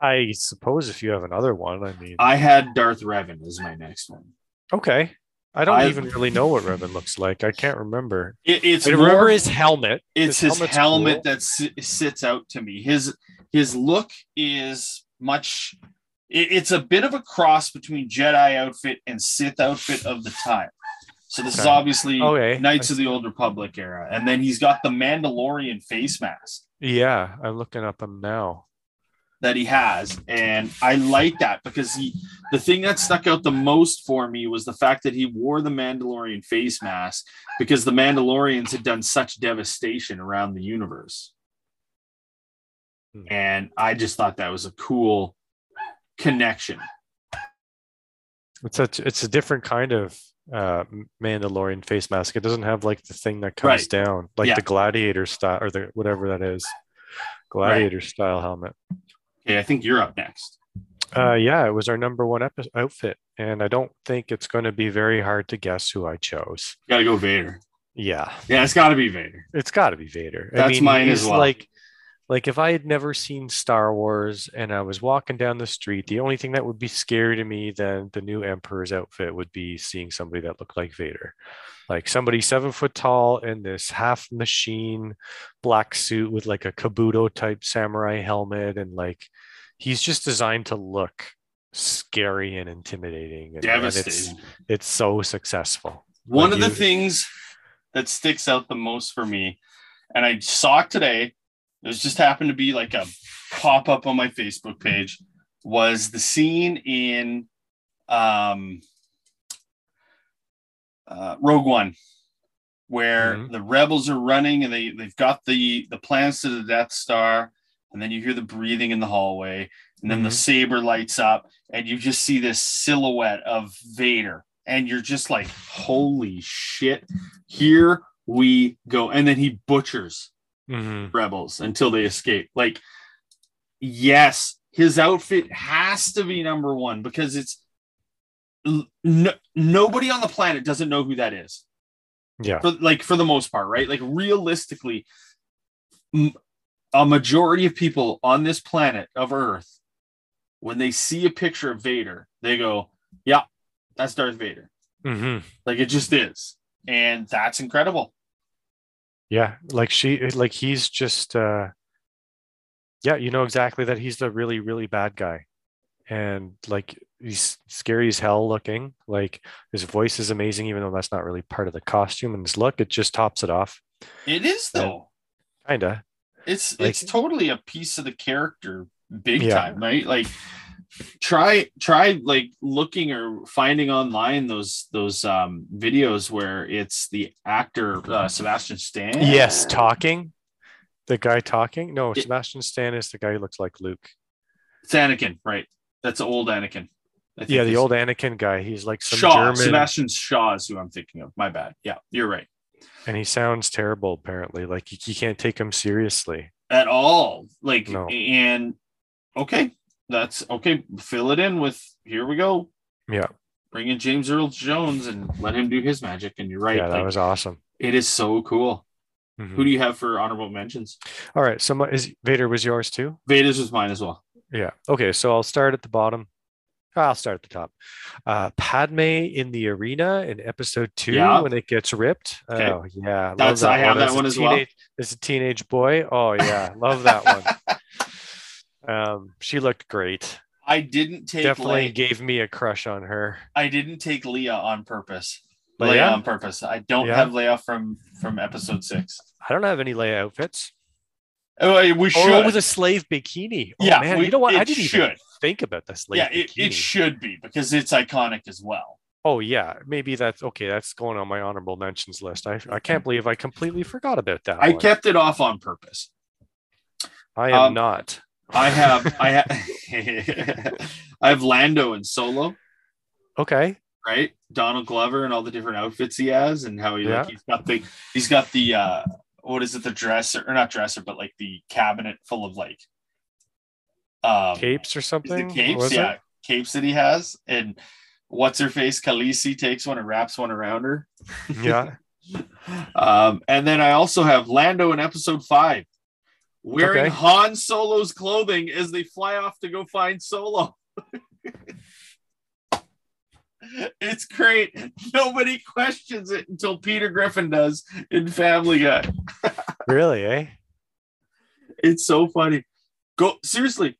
S3: I suppose if you have another one, I mean,
S2: I had Darth Revan as my next one.
S3: Okay. I don't
S2: I-
S3: even really know what Revan looks like. I can't remember.
S2: It, it's
S3: I
S2: more-
S3: remember his helmet.
S2: it's his
S3: his helmet's
S2: helmet
S3: cool.
S2: that si- sits out to me. His his look is much. it- it's a bit of a cross between Jedi outfit and Sith outfit of the time. So this is
S3: Okay.
S2: obviously
S3: Okay.
S2: Knights of the Old Republic era, and then he's got the Mandalorian face mask
S3: Yeah, I'm looking up him now.
S2: that he has and i like that because he the thing that stuck out the most for me was the fact that he wore the mandalorian face mask because the mandalorians had done such devastation around the universe
S3: Hmm.
S2: and i just thought that was a cool connection
S3: It's a it's a different kind of uh Mandalorian face mask. It doesn't have like the thing that comes
S2: Right.
S3: down, like
S2: Yeah.
S3: the gladiator style or the whatever that is. Gladiator style helmet.
S2: okay i think you're up next
S3: Uh yeah, it was our number one epi- outfit and I don't think it's going to be very hard to guess who I chose.
S2: gotta go vader
S3: Yeah.
S2: yeah it's gotta be vader
S3: It's got to be Vader.
S2: That's mine
S3: he's
S2: as well.
S3: Like, like if I had never seen Star Wars and I was walking down the street, the only thing that would be scary to me than the new Emperor's outfit would be seeing somebody that looked like Vader, like somebody seven foot tall in this half machine black suit with like a kabuto type samurai helmet, and like he's just designed to look scary and intimidating. And, and it's
S2: devastating
S3: it's so successful.
S2: One
S3: Like
S2: of the
S3: you-
S2: things that sticks out the most for me, and I saw it today, it was just happened to be like a pop up on my Facebook page, was the scene in um, uh, Rogue One where
S3: Mhm.
S2: the rebels are running and they, they've got the, the plans to the Death Star and then you hear the breathing in the hallway, and then the saber lights up, and you just see this silhouette of Vader, and you're just like, holy shit, here we go. And then he butchers
S3: Mhm.
S2: rebels until they escape. Like, yes, his outfit has to be number one because it's n- no, nobody on the planet doesn't know who that is
S3: Yeah.
S2: for like for the most part, right? Like realistically, m- a majority of people on this planet of Earth, when they see a picture of Vader, they go, "Yeah, that's Darth Vader."
S3: hmm
S2: Like it just is, and that's incredible.
S3: Yeah. Like she, like he's just, uh, yeah, you know exactly that he's the really, really bad guy. And like he's scary as hell looking. Like his voice is amazing, even though that's not really part of the costume and his look. It just tops it off.
S2: It is though.
S3: Kinda.
S2: It's
S3: Like-
S2: it's totally a piece of the character, big
S3: Yeah.
S2: time, right? Like try try like looking or finding online those those um videos where it's the actor uh, Sebastian Stan.
S3: Yes, talking. The guy talking. No,
S2: Yeah.
S3: Sebastian Stan is the guy who looks like Luke.
S2: It's Anakin, right? That's old Anakin. I think
S3: Yeah, the
S2: it's-
S3: old Anakin guy. He's like some
S2: Shaw.
S3: German,
S2: Sebastian Shaw is who I'm thinking of. My bad. Yeah, you're right.
S3: and he sounds terrible. Apparently, like you, you can't take him seriously.
S2: At all, like,
S3: No.
S2: and okay, that's okay. Fill it in with here we go.
S3: Yeah.
S2: bring in James Earl Jones and let him do his magic. And you're right.
S3: yeah, that
S2: like,
S3: was awesome.
S2: it is so cool.
S3: Mhm.
S2: Who do you have for honorable mentions?
S3: All right, so my, is Vader was yours too?
S2: Vader's was mine as well.
S3: Yeah. Okay, so I'll start at the bottom. I'll start at the top. Uh, Padme in the arena in episode two
S2: Yeah.
S3: when it gets ripped.
S2: Okay.
S3: Oh yeah, love
S2: That's- I have that
S3: As a
S2: one as well.
S3: teenage- As a teenage boy, oh yeah, love that one.
S2: <laughs>
S3: Um, she looked great.
S2: I didn't take
S3: Definitely
S2: Leia-
S3: gave me a crush on her.
S2: I didn't take Leah on purpose.
S3: Leia?
S2: Leia on purpose. I don't
S3: Yeah.
S2: have Leia from from episode six.
S3: I don't have any Leia outfits.
S2: Oh, we should.
S3: Oh, it was a slave bikini. Oh,
S2: yeah,
S3: man,
S2: we-
S3: you know what?
S2: It
S3: I didn't
S2: should.
S3: even think about the slave
S2: yeah, it,
S3: bikini.
S2: it should be because it's iconic as well.
S3: oh yeah, maybe that's okay. That's going on my honorable mentions list. I, I can't believe I completely forgot about that.
S2: I
S3: one.
S2: kept it off on purpose.
S3: I am
S2: um,
S3: not.
S2: I have I have <laughs> I have Lando and Solo,
S3: Okay.
S2: right? Donald Glover and all the different outfits he has and how he like
S3: Yeah.
S2: he's got the he's got the uh what is it the dresser or not dresser but like the cabinet full of like um
S3: Capes or
S2: is it
S3: something.
S2: capes
S3: was it?
S2: yeah <laughs> capes that he has and what's her face Khaleesi takes one and wraps one around her
S3: yeah.
S2: Um, and then I also have Lando in episode five wearing
S3: Okay.
S2: Han Solo's clothing as they fly off to go find Solo. <laughs> it's great. Nobody questions it until Peter Griffin does in Family Guy.
S3: Really, eh?
S2: It's so funny. Go seriously,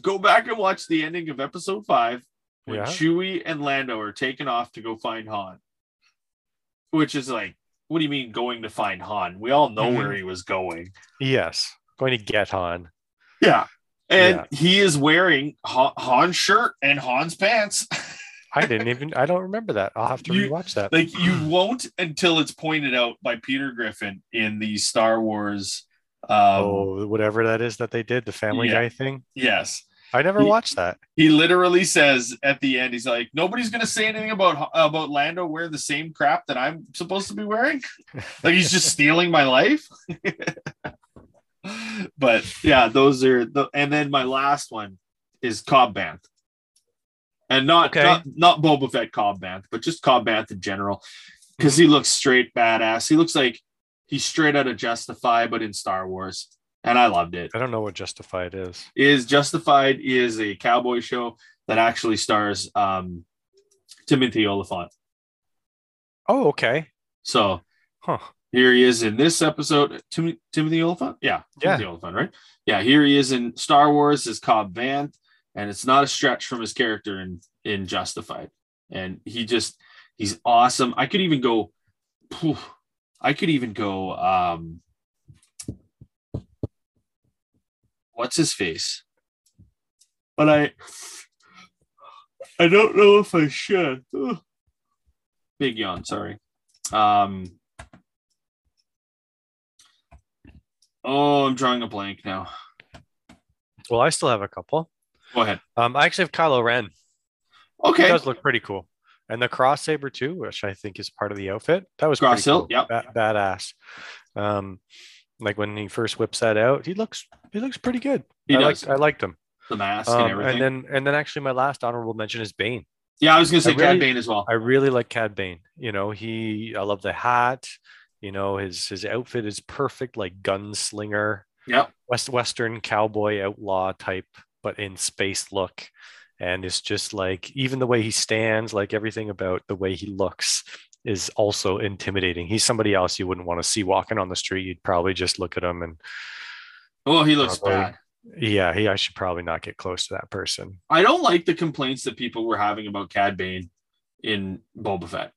S2: go back and watch the ending of episode five when
S3: Yeah.
S2: Chewie and Lando are taken off to go find Han. Which is like, what do you mean going to find Han? We all know
S3: Mhm.
S2: where he was going.
S3: Yes. Going to get Han.
S2: Yeah. And
S3: Yeah.
S2: he is wearing Han, Han's shirt and Han's pants. <laughs>
S3: I didn't even. I don't remember that. I'll have to
S2: You-
S3: rewatch that.
S2: like you
S3: <clears throat>
S2: won't until it's pointed out by Peter Griffin in the Star Wars um
S3: oh, whatever that is that they did, the Family
S2: yeah.
S3: Guy thing.
S2: yes.
S3: I never
S2: He-
S3: watched that.
S2: he literally says at the end, he's like, nobody's gonna say anything about about Lando wearing the same crap that I'm supposed to be wearing. Like he's just stealing my life. <laughs> but yeah, those are the and then my last one is Cobb Banth. And not,
S3: Okay.
S2: not not Boba Fett Cobb Banth, but just Cobb Banth in general. Because he looks straight badass. He looks like he's straight out of Justify, but in Star Wars. And I loved it
S3: I don't know what Justified is.
S2: is Justified is a cowboy show that actually stars um, Timothy Oliphant.
S3: Oh, okay.
S2: So
S3: Huh.
S2: here he is in this episode. Tim- Timothy Oliphant, yeah,
S3: Yeah.
S2: Timothy Oliphant, right? Yeah, here he is in Star Wars as Cobb Vanth, and it's not a stretch from his character in in Justified, and he just he's awesome. I could even go, phew, I could even go. um What's his face? But I, I don't know if I should. Ugh. Big yawn. Sorry. Um, Oh, I'm drawing a blank now.
S3: Well, I still have a couple.
S2: Go ahead.
S3: Um, I actually have Kylo Ren. It
S2: Okay.
S3: does look pretty cool. And the cross saber too, which I think is part of the outfit. That was
S2: Cross
S3: pretty
S2: hilt,
S3: cool.
S2: yep.
S3: Ba- badass. Um, like when he first whips that out, he looks he looks pretty good.
S2: He
S3: I
S2: does.
S3: liked I liked him.
S2: the mask
S3: Um,
S2: and everything.
S3: and then and then actually my last honorable mention is Bane.
S2: yeah, I was gonna say
S3: I really-
S2: Cad Bane as well.
S3: I really like Cad Bane. You know, he I love the hat. You know, his his outfit is perfect, like gunslinger,
S2: Yep.
S3: west western cowboy outlaw type, but in space look. And it's just like even the way he stands, like everything about the way he looks is also intimidating. He's somebody else you wouldn't want to see walking on the street. You'd probably just look at him and
S2: Oh, he looks
S3: Probably.
S2: bad.
S3: yeah, he I should probably not get close to that person.
S2: I don't like the complaints that people were having about Cad Bane in Boba Fett.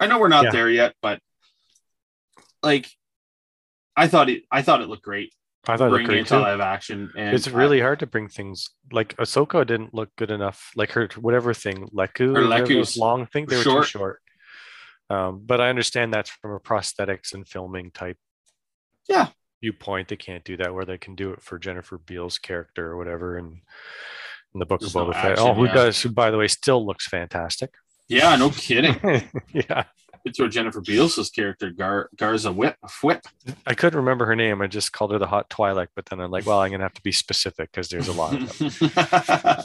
S2: I know we're not
S3: Yeah.
S2: there yet, but like, I thought it. I thought it looked great.
S3: I thought it looked
S2: Bringing
S3: great
S2: it to
S3: too.
S2: live action, and
S3: it's
S2: I-
S3: really hard to bring things like Ahsoka didn't look good enough. Like her whatever thing, Leku,
S2: Her
S3: whatever those
S2: Leku's
S3: long thing, they were
S2: short.
S3: too short. Um, but I understand that's from a prosthetics and filming type
S2: Yeah.
S3: viewpoint. They can't do that where they can do it for Jennifer Beals character or whatever and in the book
S2: Just no
S3: of Boba Fett.
S2: action,
S3: Oh, who
S2: yeah.
S3: does who by the way still
S2: <laughs>
S3: looks fantastic.
S2: yeah, no kidding.
S3: yeah.
S2: It's where Jennifer Beals' character Gar, Garza Whip Whip.
S3: I couldn't remember her name. I just called her the hot Twilight, but then I'm like, well, I'm gonna have to be specific because there's a lot of them.
S2: <laughs>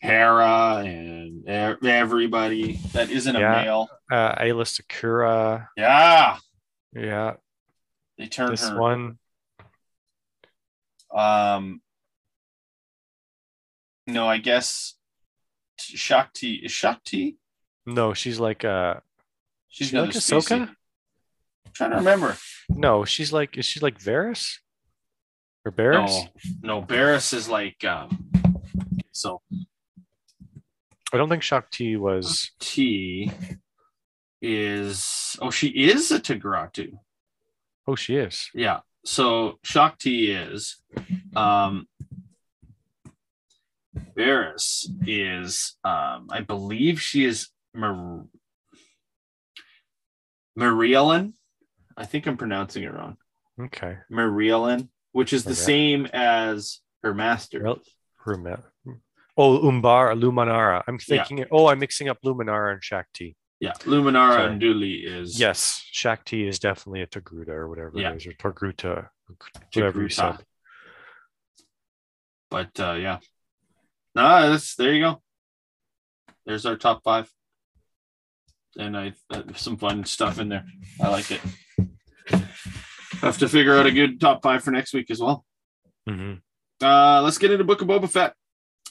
S2: Hera and e- everybody that isn't a
S3: Yeah.
S2: male.
S3: Uh Ayla Sakura.
S2: Yeah,
S3: Yeah.
S2: they turned
S3: this
S2: her.
S3: one.
S2: Um, no, I guess T- Shakti is Shakti.
S3: No, she's like uh
S2: She's
S3: She like
S2: another
S3: Ahsoka?
S2: species. I'm trying to remember.
S3: no, she's like is she like Varys? Or Varys?
S2: No, no, Barris is like um, so
S3: I don't think Shakti was
S2: T is oh she is a Tigratu.
S3: oh she is.
S2: Yeah. So Shakti is um Varys is um I believe she is Mar- Marilyn. I think I'm pronouncing it wrong.
S3: Okay.
S2: Marilyn, which is the
S3: Okay.
S2: same as her master.
S3: Rel- Rumet. Oh Umbar Luminara. I'm thinking oh I'm mixing up Luminara and Shakti.
S2: Yeah. Luminara
S3: Sorry.
S2: and Dooley is
S3: Yes, Shakti is definitely a Togruta or whatever
S2: Yeah.
S3: it is, or Togruta, whatever you
S2: Togruta.
S3: said.
S2: But uh yeah. No, that's there you go. There's our top five. And I uh, some fun stuff in there. I like it. Have to figure out a good top five for next week as well.
S3: hmm
S2: Uh let's get into Book of Boba Fett.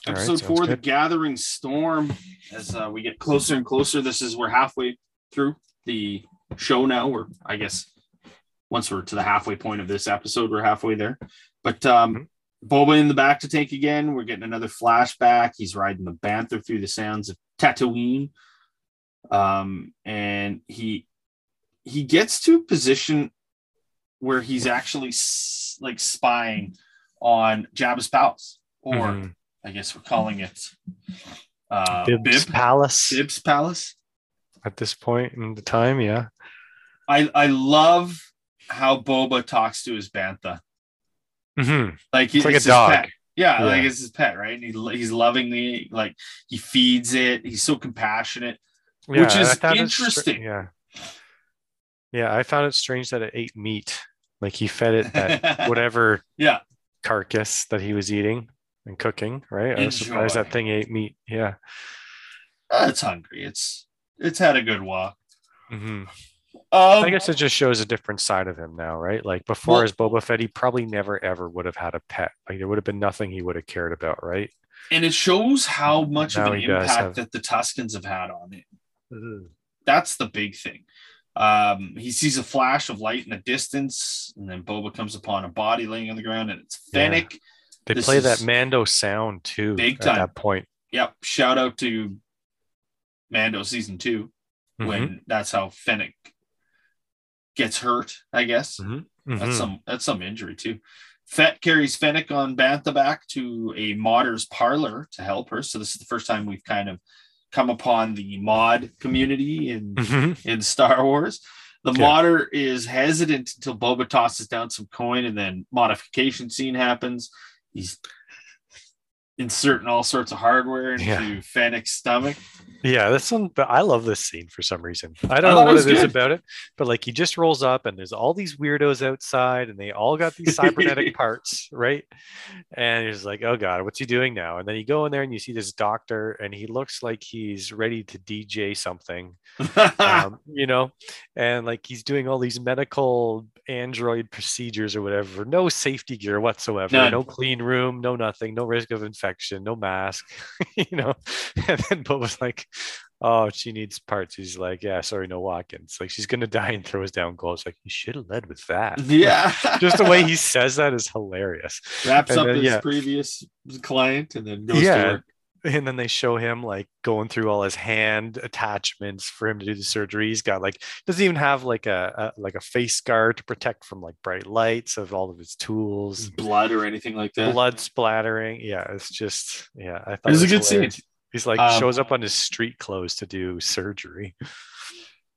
S3: All right,
S2: Episode
S3: sounds
S2: four, The
S3: good.
S2: Gathering Storm. As uh, we get closer and closer, this is we're halfway through the show now. We're I guess once we're to the halfway point of this episode, we're halfway there. But um,
S3: Mhm.
S2: Boba in the back to tank again. We're getting another flashback. He's riding the Banther through the sounds of Tatooine, um, and he he gets to a position where he's actually s- like spying on Jabba's palace, or
S3: Mhm.
S2: I guess we're calling it uh,
S3: Bib's
S2: Bib,
S3: Palace
S2: Bib's Palace.
S3: at this point in the time, yeah.
S2: I I love how Boba talks to his Bantha.
S3: hmm
S2: Like he-
S3: It's like a
S2: his
S3: dog.
S2: pet. Yeah,
S3: Yeah.
S2: like it's his pet, right? And he, he's lovingly like he feeds it. He's so compassionate. Which
S3: and
S2: is
S3: I found it str-
S2: interesting.
S3: yeah. Yeah, I found it strange that it ate meat. Like he fed
S2: <laughs>
S3: it that whatever
S2: Yeah.
S3: carcass that he was eating and cooking, right? I was surprised
S2: Enjoy.
S3: that thing ate meat. Yeah.
S2: Uh, it's hungry. It's it's had a good walk.
S3: hmm
S2: Um,
S3: I guess it just shows a different side of him now, right? Like before
S2: Well-
S3: as Boba Fett, he probably never ever would have had a pet. Like there would have been nothing he would have cared about, right?
S2: and it shows how much of
S3: Now
S2: an
S3: he does
S2: impact
S3: have-
S2: that the Tuscans have had on it. Mm-hmm. That's the big thing. Um, he sees a flash of light in the distance, and then Boba comes upon a body laying on the ground, and it's
S3: Yeah.
S2: Fennec.
S3: They
S2: This
S3: play
S2: is
S3: that Mando sound too
S2: big
S3: at
S2: time.
S3: that point.
S2: Yep. Shout out to Mando season 2
S3: Mm-hmm.
S2: when that's how Fennec gets hurt. I guess
S3: Mhm.
S2: that's some that's some injury too. Fett carries Fennec on Bantha back to a modder's parlor to help her. So this is the first time we've kind of come upon the mod community in
S3: Mhm.
S2: in Star Wars. The
S3: Yeah.
S2: modder is hesitant until Boba tosses down some coin, and then modification scene happens. he's inserting all sorts of hardware into
S3: Yeah.
S2: Fennec's
S3: <laughs>
S2: stomach.
S3: Yeah, this one, but I love this scene for some reason. I
S2: I
S3: don't know
S2: thought it
S3: what
S2: Oh, was
S3: it is
S2: good.
S3: about it, but like he just rolls up and there's all these weirdos outside and they all got
S2: <laughs>
S3: these cybernetic parts, right? And he's like, oh God, what's he doing now? And then you go in there and you see this doctor and he looks like he's ready to DJ something,
S2: Ah.
S3: um, you know, and like he's doing all these medical android procedures or whatever, no safety gear whatsoever,
S2: None.
S3: no clean room, no nothing, no risk of infection, no mask, <laughs> you know. And then Boba's like, Oh, she needs parts. He's like, Yeah, sorry, no Watkins. Like, she's gonna <laughs> die and throw us down goals. Like, you should have led with that.
S2: yeah.
S3: Just
S2: <laughs>
S3: the way he says that is hilarious.
S2: wraps
S3: and
S2: up
S3: then,
S2: his
S3: yeah.
S2: previous client and then goes
S3: Yeah.
S2: to work.
S3: and then they show him like going through all his hand attachments for him to do the surgery he's got like doesn't even have like a, a like a face scar to protect from like bright lights of all of his tools
S2: Blood or anything like that.
S3: blood splattering yeah it's just yeah i thought
S2: It was a
S3: it
S2: good scene.
S3: hilarious. he's like
S2: Um,
S3: shows up on his street clothes to do surgery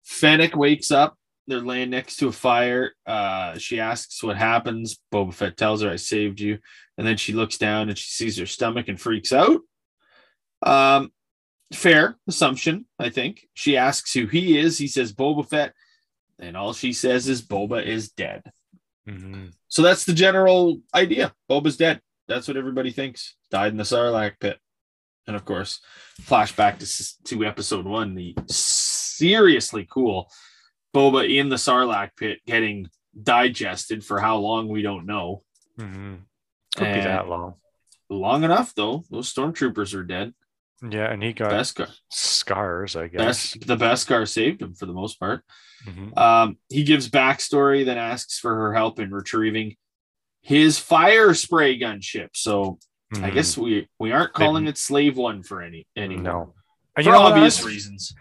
S2: Fennec wakes up. They're laying next to a fire. Uh, she asks what happens. Boba Fett tells her, I saved you. And then she looks down and she sees her stomach and freaks out. Um, fair assumption, I think. She asks who he is. He says Boba Fett. And all she says is Boba is dead.
S3: Mhm.
S2: So that's the general idea. Boba's dead. That's what everybody thinks. Died in the Sarlacc pit. And of course, flashback to, s- to episode one, the seriously cool Boba in the Sarlacc pit getting digested for how long we don't know.
S3: Mhm. could be
S2: And
S3: that long
S2: Long enough though. Those stormtroopers are dead.
S3: yeah and he got
S2: Beskar,
S3: scars i guess
S2: Best the Beskar saved him for the most part.
S3: Mhm.
S2: Um, he gives backstory, then asks for her help in retrieving his fire spray gun ship. So I
S3: Mhm.
S2: guess we we aren't
S3: They-
S2: calling it slave one for any anymore.
S3: no
S2: for
S3: And you know what,
S2: obvious
S3: honestly,
S2: reasons.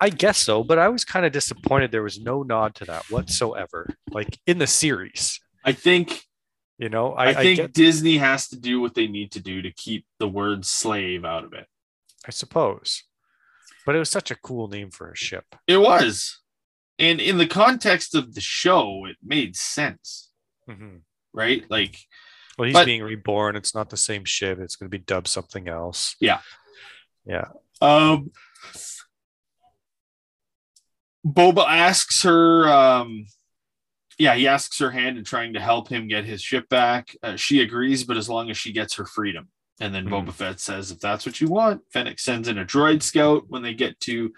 S3: I guess so, but I was kind of disappointed there was no nod to that whatsoever, like in the series.
S2: I think
S3: You know, I,
S2: I,
S3: I
S2: think
S3: get-
S2: Disney has to do what they need to do to keep the word slave out of it.
S3: I suppose, but it was such a cool name for a ship.
S2: It was, and in the context of the show, it made sense,
S3: Mhm.
S2: right? Like
S3: Well, he's
S2: But-
S3: being reborn. It's not the same ship. It's going to be dubbed something else.
S2: Um, Boba asks her, um, yeah, he asks her hand in trying to help him get his ship back. Uh, she agrees, but as long as she gets her freedom. And then
S3: Hmm.
S2: Boba Fett says, if that's what you want, Fennec sends in a droid scout when they get to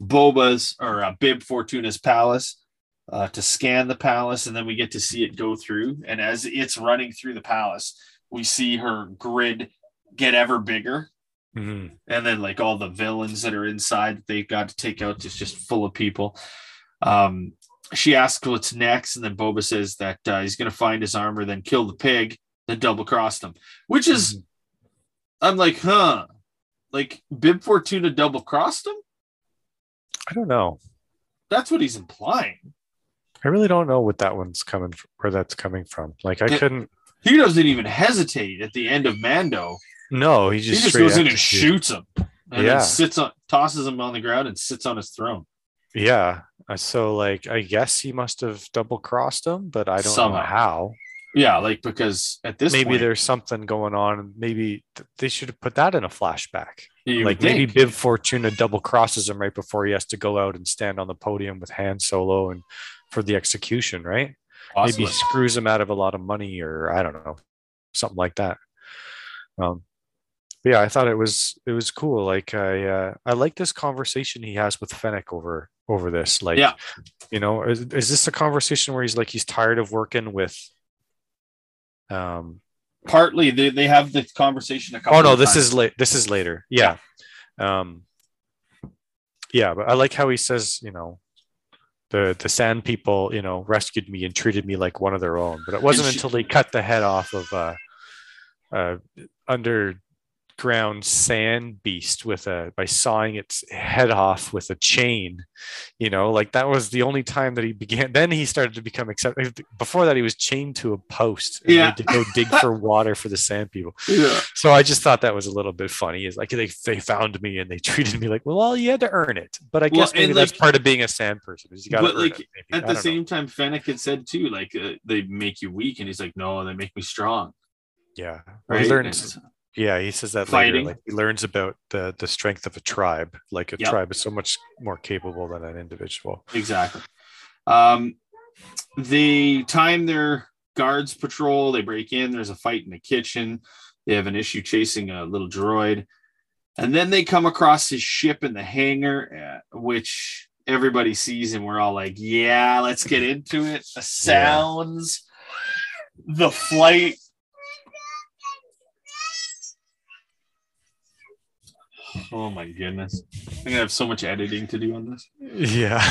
S2: Boba's or uh, Bib Fortuna's palace uh, to scan the palace. And then we get to see it go through. And as it's running through the palace, we see her grid get ever bigger
S3: Mhm.
S2: and then like all the villains that are inside that they've got to take out is just full of people. Um, she asks what's next, and then Boba says that uh, he's going to find his armor, then kill the pig, then double cross them. Which is,
S3: Mm-hmm.
S2: I'm like, huh, like Bib Fortuna double crossed him.
S3: I don't know.
S2: That's what he's implying.
S3: I really don't know what that one's coming from, where that's coming from. Like, I
S2: Yeah.
S3: couldn't.
S2: He doesn't even hesitate at the end of Mando.
S3: No, he
S2: He
S3: just,
S2: just
S3: straight
S2: goes in and
S3: executes.
S2: shoots him, and
S3: Yeah.
S2: then sits on, tosses him on the ground, and sits on his throne.
S3: Yeah. Uh, So, like, I guess he must have double crossed him, but I don't
S2: Somehow.
S3: know how.
S2: Yeah, like because at this
S3: maybe
S2: point,
S3: there's something going on. and Maybe th- they should have put that in a flashback.
S2: you
S3: like
S2: would think.
S3: maybe Bib Fortuna double crosses him right before he has to go out and stand on the podium with Han Solo and for the execution, right?
S2: Possibly.
S3: Maybe screws him out of a lot of money or I don't know, something like that. Um, but yeah, I thought it was it was cool. Like I uh, I like this conversation he has with Fennec over over this. Like,
S2: Yeah.
S3: you know, is, is this a conversation where he's like he's tired of working with? Um,
S2: partly they, they have the conversation a couple
S3: oh no
S2: of
S3: this
S2: times.
S3: is late this is later yeah. um yeah but i like how he says you know the the sand people you know rescued me and treated me like one of their own but it wasn't
S2: she-
S3: until they cut the head off of uh uh underground sand beast with a by sawing its head off with a chain you know like that was the only time that he began <laughs> then he started to become accept. before that he was chained to a post and he
S2: Yeah.
S3: had to go
S2: <laughs>
S3: dig for water for the sand people
S2: yeah
S3: so I just thought that was a little bit funny. Is like they they found me and they <laughs> treated me like, well, you had to earn it. But I
S2: Well,
S3: guess maybe
S2: and,
S3: that's
S2: like-
S3: part of being a sand person. Is you got to
S2: But,
S3: earn
S2: like,
S3: it. maybe.
S2: at
S3: I
S2: the
S3: don't know.
S2: same time fennec had said too like uh, they make you weak and he's like no they make me strong
S3: Yeah.
S2: Right?
S3: He
S2: And
S3: learns.
S2: it's-
S3: Yeah, he says that
S2: Fighting.
S3: later. Like he learns about the the strength of a tribe. Like a
S2: Yep.
S3: tribe is so much more capable than an
S2: <laughs>
S3: individual.
S2: Exactly. Um, they time their guards patrol. They break in. There's a fight in the kitchen. They have an issue chasing a little droid, and then they come across his ship in the hangar, uh, which everybody sees, and we're all like, "Yeah, let's get into it." The sounds, the flight. Oh my goodness! I'm gonna have so much editing to do on this.
S3: Yeah.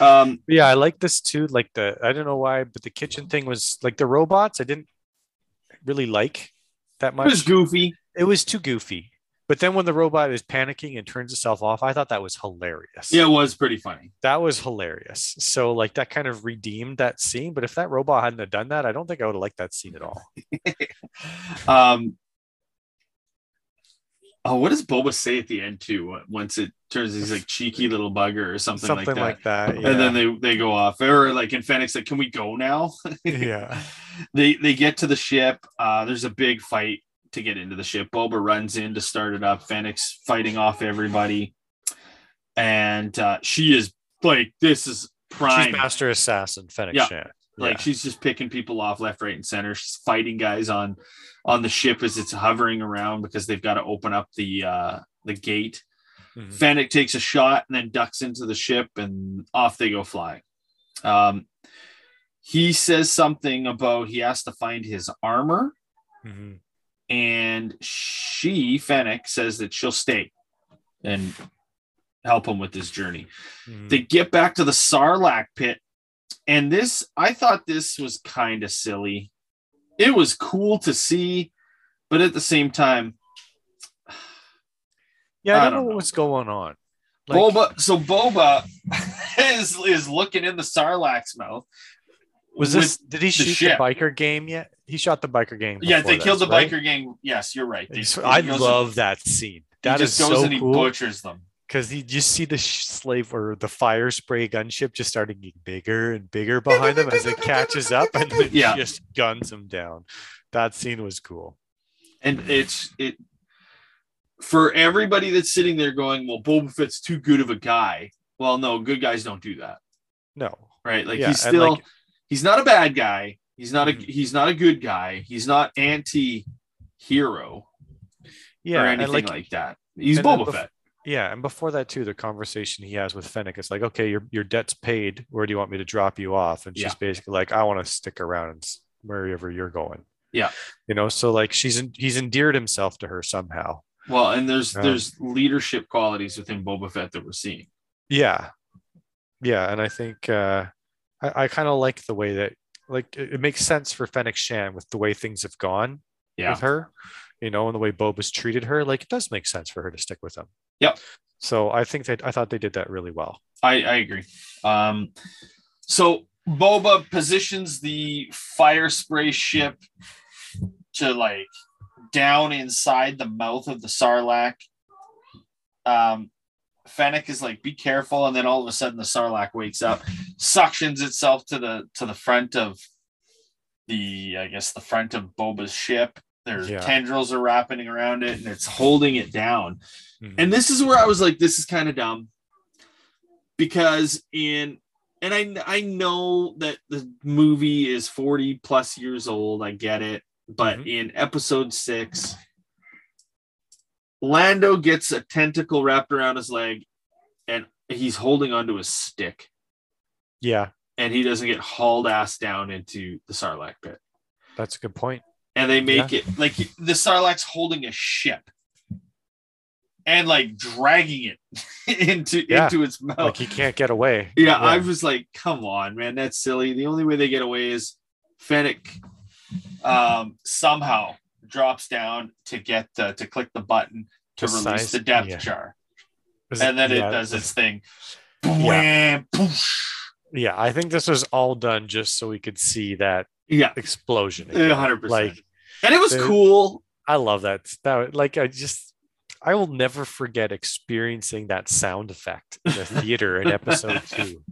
S2: Um,
S3: Yeah, I like this too. Like the I don't know why, but the kitchen thing was like the robots. I didn't really like that
S2: It was
S3: much.
S2: goofy.
S3: It was too goofy. But then when the robot is panicking and turns itself off, I thought that was hilarious.
S2: Yeah, it was pretty funny.
S3: that was hilarious. So like that kind of redeemed that scene. But if that robot hadn't have done that, I don't think I would have liked that scene at all.
S2: Um, oh, what does Boba say at the end too? uh, Once it turns, he's like cheeky little bugger or something,
S3: Something
S2: like that.
S3: like that. yeah.
S2: And then they, they go off, or like in Fennec's like, "Can we go now?" <laughs>
S3: yeah.
S2: they they get to the ship. Uh, there's a big fight to get into the ship. Boba runs in to start it up. Fennec's fighting off everybody, and uh, she is like, "This is
S3: She's
S2: prime
S3: master assassin Fennec
S2: Yeah.
S3: Shan.
S2: like
S3: Yeah.
S2: she's just picking people off left right and center she's fighting guys on on the ship as it's hovering around because they've got to open up the uh the gate
S3: Mhm.
S2: fennec takes a shot and then ducks into the ship and off they go flying um he says something about he has to find his armor
S3: Mhm.
S2: and she fennec says that she'll stay and help him with his journey
S3: Mhm.
S2: they get back to the Sarlacc pit, and this I thought this was kind of silly. It was cool to see, but at the same time,
S3: yeah, I
S2: I
S3: don't,
S2: don't
S3: know
S2: know.
S3: what's going on.
S2: Boba. So Boba <laughs> is is looking in the Sarlacc's mouth.
S3: Was
S2: with-
S3: this? Did he shoot the,
S2: ship.
S3: biker game yet? He shot the biker game.
S2: yeah,
S3: before
S2: they killed
S3: this,
S2: the
S3: right?
S2: biker gang. Yes, you're right. They-
S3: It's-
S2: he
S3: I
S2: goes
S3: love
S2: and-
S3: that scene.
S2: He
S3: That is
S2: just goes
S3: so
S2: and he
S3: cool
S2: butchers them.
S3: because you just see the sh- slave or the fire spray gunship just starting getting bigger and bigger behind him as it catches up and then
S2: <laughs> Yeah.
S3: just guns him down. That scene was cool.
S2: and it's it for everybody that's sitting there going, "Well, Boba Fett's too good of a guy." Well, no, good guys don't do that,
S3: No,
S2: right? Like
S3: Yeah,
S2: he's
S3: and,
S2: still
S3: like-
S2: he's not a bad guy. He's not a
S3: Mhm.
S2: he's not a good guy. He's not anti-hero
S3: yeah,
S2: or
S3: and
S2: anything
S3: like,
S2: like, that. He's
S3: and then
S2: Boba
S3: bef-
S2: Fett.
S3: yeah, and before that too, the conversation he has with Fennec is like, okay, your your debt's paid. Where do you want me to drop you off? And she's
S2: Yeah.
S3: basically like, I want to stick around and s- wherever you're going.
S2: Yeah.
S3: you know, so like she's en- he's endeared himself to her somehow.
S2: Well, and there's
S3: Yeah.
S2: there's leadership qualities within Boba Fett that we're seeing.
S3: yeah yeah and i think uh i, I kind of like the way that like it, it makes sense for fennec shan with the way things have gone
S2: Yeah.
S3: with her you know and the way boba's treated her like it does make sense for her to stick with him
S2: Yep.
S3: so i think that i thought they did that really well
S2: I, I agree. Um, so Boba positions the fire spray ship to like down inside the mouth of the Sarlacc. Um, Fennec is like, "Be careful!" And then all of a sudden, the Sarlacc wakes up, suctions itself to the to the front of the, I guess, the front of Boba's ship. Their
S3: Yeah.
S2: tendrils are wrapping around it, and it's holding it down.
S3: Mhm.
S2: And this is where I was like, this is kind of dumb because in and I I know that the movie is 40 plus years old. I get it. But
S3: Mhm.
S2: in episode six, Lando gets a tentacle wrapped around his leg and he's holding onto his stick
S3: yeah
S2: and he doesn't get hauled ass down into the Sarlacc pit.
S3: that's a good point
S2: And they make it like the Sarlacc's holding a ship and like dragging it <laughs> into
S3: Yeah.
S2: into its mouth.
S3: like he can't get away
S2: Oh. Yeah, I was like, come on, man, that's silly. The only way they get away is Fennec um, somehow drops down to get the, to click the button to
S3: The
S2: release
S3: size-
S2: the depth
S3: yeah.
S2: chart,
S3: Was
S2: and then
S3: yeah,
S2: it does its thing. Bwam,
S3: <laughs> Yeah.
S2: poosh.
S3: yeah i think this was all done just so we could see that
S2: Yeah,
S3: explosion
S2: a
S3: again.
S2: hundred percent.
S3: like
S2: And it was
S3: the-
S2: cool.
S3: I love that. That like I just I will
S4: <laughs>
S3: never forget experiencing that sound effect in a theater in episode two.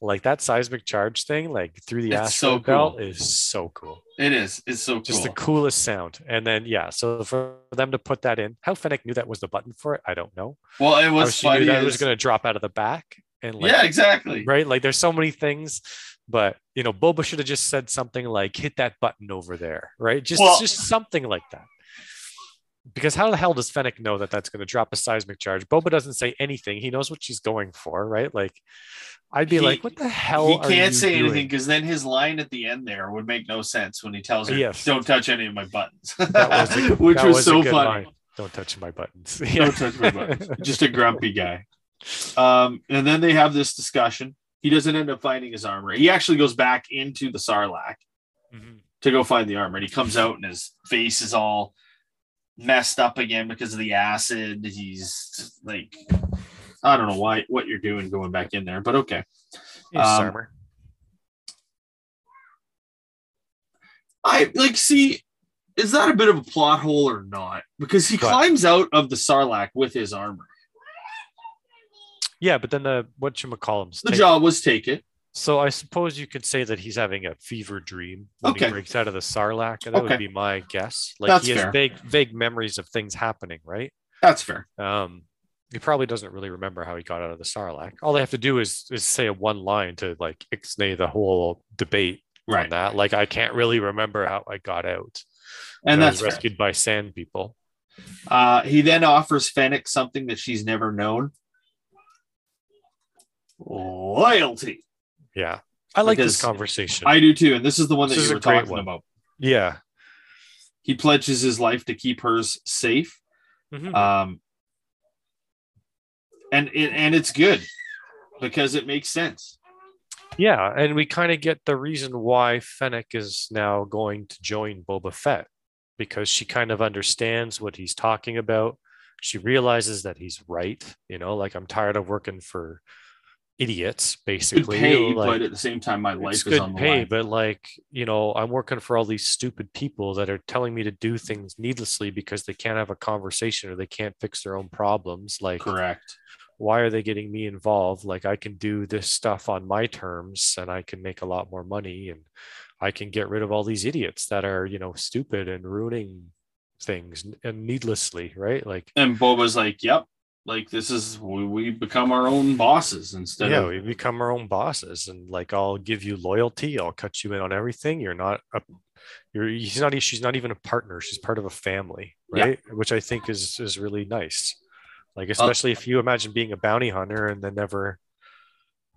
S3: like that seismic charge thing, like through the
S4: It's so
S3: asteroid belt,
S4: cool.
S3: is so cool.
S4: It is. It's so cool.
S3: Just the coolest sound. And then yeah, so for them to put that in, how Fennec knew that was the button for it, I don't know.
S4: well, it
S3: How
S4: was
S3: she knew
S4: funny.
S3: that it
S4: is-
S3: was going to drop out of the back and like
S4: yeah, exactly.
S3: right? Like there's so many things, but you know, Boba should have just said something like hit that button over there, right? Just
S4: Well-
S3: just something like that. Because how the hell does Fennec know that that's going to drop a seismic charge? Boba doesn't say anything. He knows what she's going for, right? Like, I'd be
S4: He-
S3: like, what the hell?
S4: he
S3: are
S4: can't
S3: you
S4: say
S3: doing?
S4: anything because then his line at the end there would make no sense when he tells her,
S3: Yes.
S4: "Don't touch any of my buttons,"
S3: That was
S2: <laughs>
S3: a-
S2: which
S3: that
S2: was,
S3: a
S2: so
S3: good
S2: funny.
S3: line. Don't touch my buttons. <laughs> Yeah.
S2: Don't touch my
S3: <laughs>
S2: buttons. Just a grumpy guy. Um, and then they have this discussion. He doesn't end up finding his armor. He actually goes back into the Sarlacc
S3: Mhm.
S2: to go find the armor. And he comes out and his face is all messed up again because of the acid. He's like, I don't know why what you're doing going back in there, but okay.
S3: Here's
S2: Um,
S3: Sarmer.
S2: I like see, is that a bit of a plot hole or not? Because he
S3: What?
S2: climbs out of the Sarlacc with his armor.
S3: Yeah, but then the what you McCollum's
S2: The jaw was taken.
S3: So I suppose you could say that he's having a fever dream when
S2: Okay.
S3: he breaks out of the sarlacc. That
S2: Okay.
S3: would be my guess. Like
S2: That's
S3: he has
S2: fair.
S3: vague vague memories of things happening, right?
S2: That's fair.
S3: Um, he probably doesn't really remember how he got out of the sarlacc. All they have to do is is say one line to like ixnay the whole debate on
S2: Right.
S3: that. Like I can't really remember how I got out.
S2: And
S3: I
S2: that's
S3: was
S2: fair.
S3: rescued by sand people.
S2: Uh, he then offers Fennec something that she's never known loyalty.
S3: Yeah. I like
S2: Because
S3: this conversation.
S2: I do too. And this is the one that
S3: This is
S2: you
S3: a
S2: were
S3: great
S2: talking
S3: one.
S2: about.
S3: yeah.
S2: He pledges his life to keep hers safe.
S3: Mhm.
S2: Um, and it, and it's good because it makes sense.
S3: Yeah, and we kind of get the reason why Fennec is now going to join Boba Fett because she kind of understands what he's talking about. She realizes that he's right. You know, like I'm tired of working for idiots,
S2: Good
S3: basically.
S2: pay,
S3: like,
S2: but at the same time, my life
S3: it's
S2: is
S3: good
S2: on the
S3: pay,
S2: line.
S3: but like you know, I'm working for all these stupid people that are telling me to do things needlessly because they can't have a conversation or they can't fix their own problems. Like,
S2: Correct.
S3: why are they getting me involved? Like I can do this stuff on my terms and I can make a lot more money and I can get rid of all these idiots that are, you know, stupid and ruining things n- and needlessly, right? Like
S2: And Boba's like, "Yep, like this is we, we become our own bosses instead
S3: yeah,
S2: of
S3: we become our own bosses and like I'll give you loyalty, I'll cut you in on everything. You're not a you're he's not e- she's not even a partner, she's part of a family,
S2: Yeah.
S3: right? Which I think is is really nice. Like especially if you imagine being a bounty hunter and then never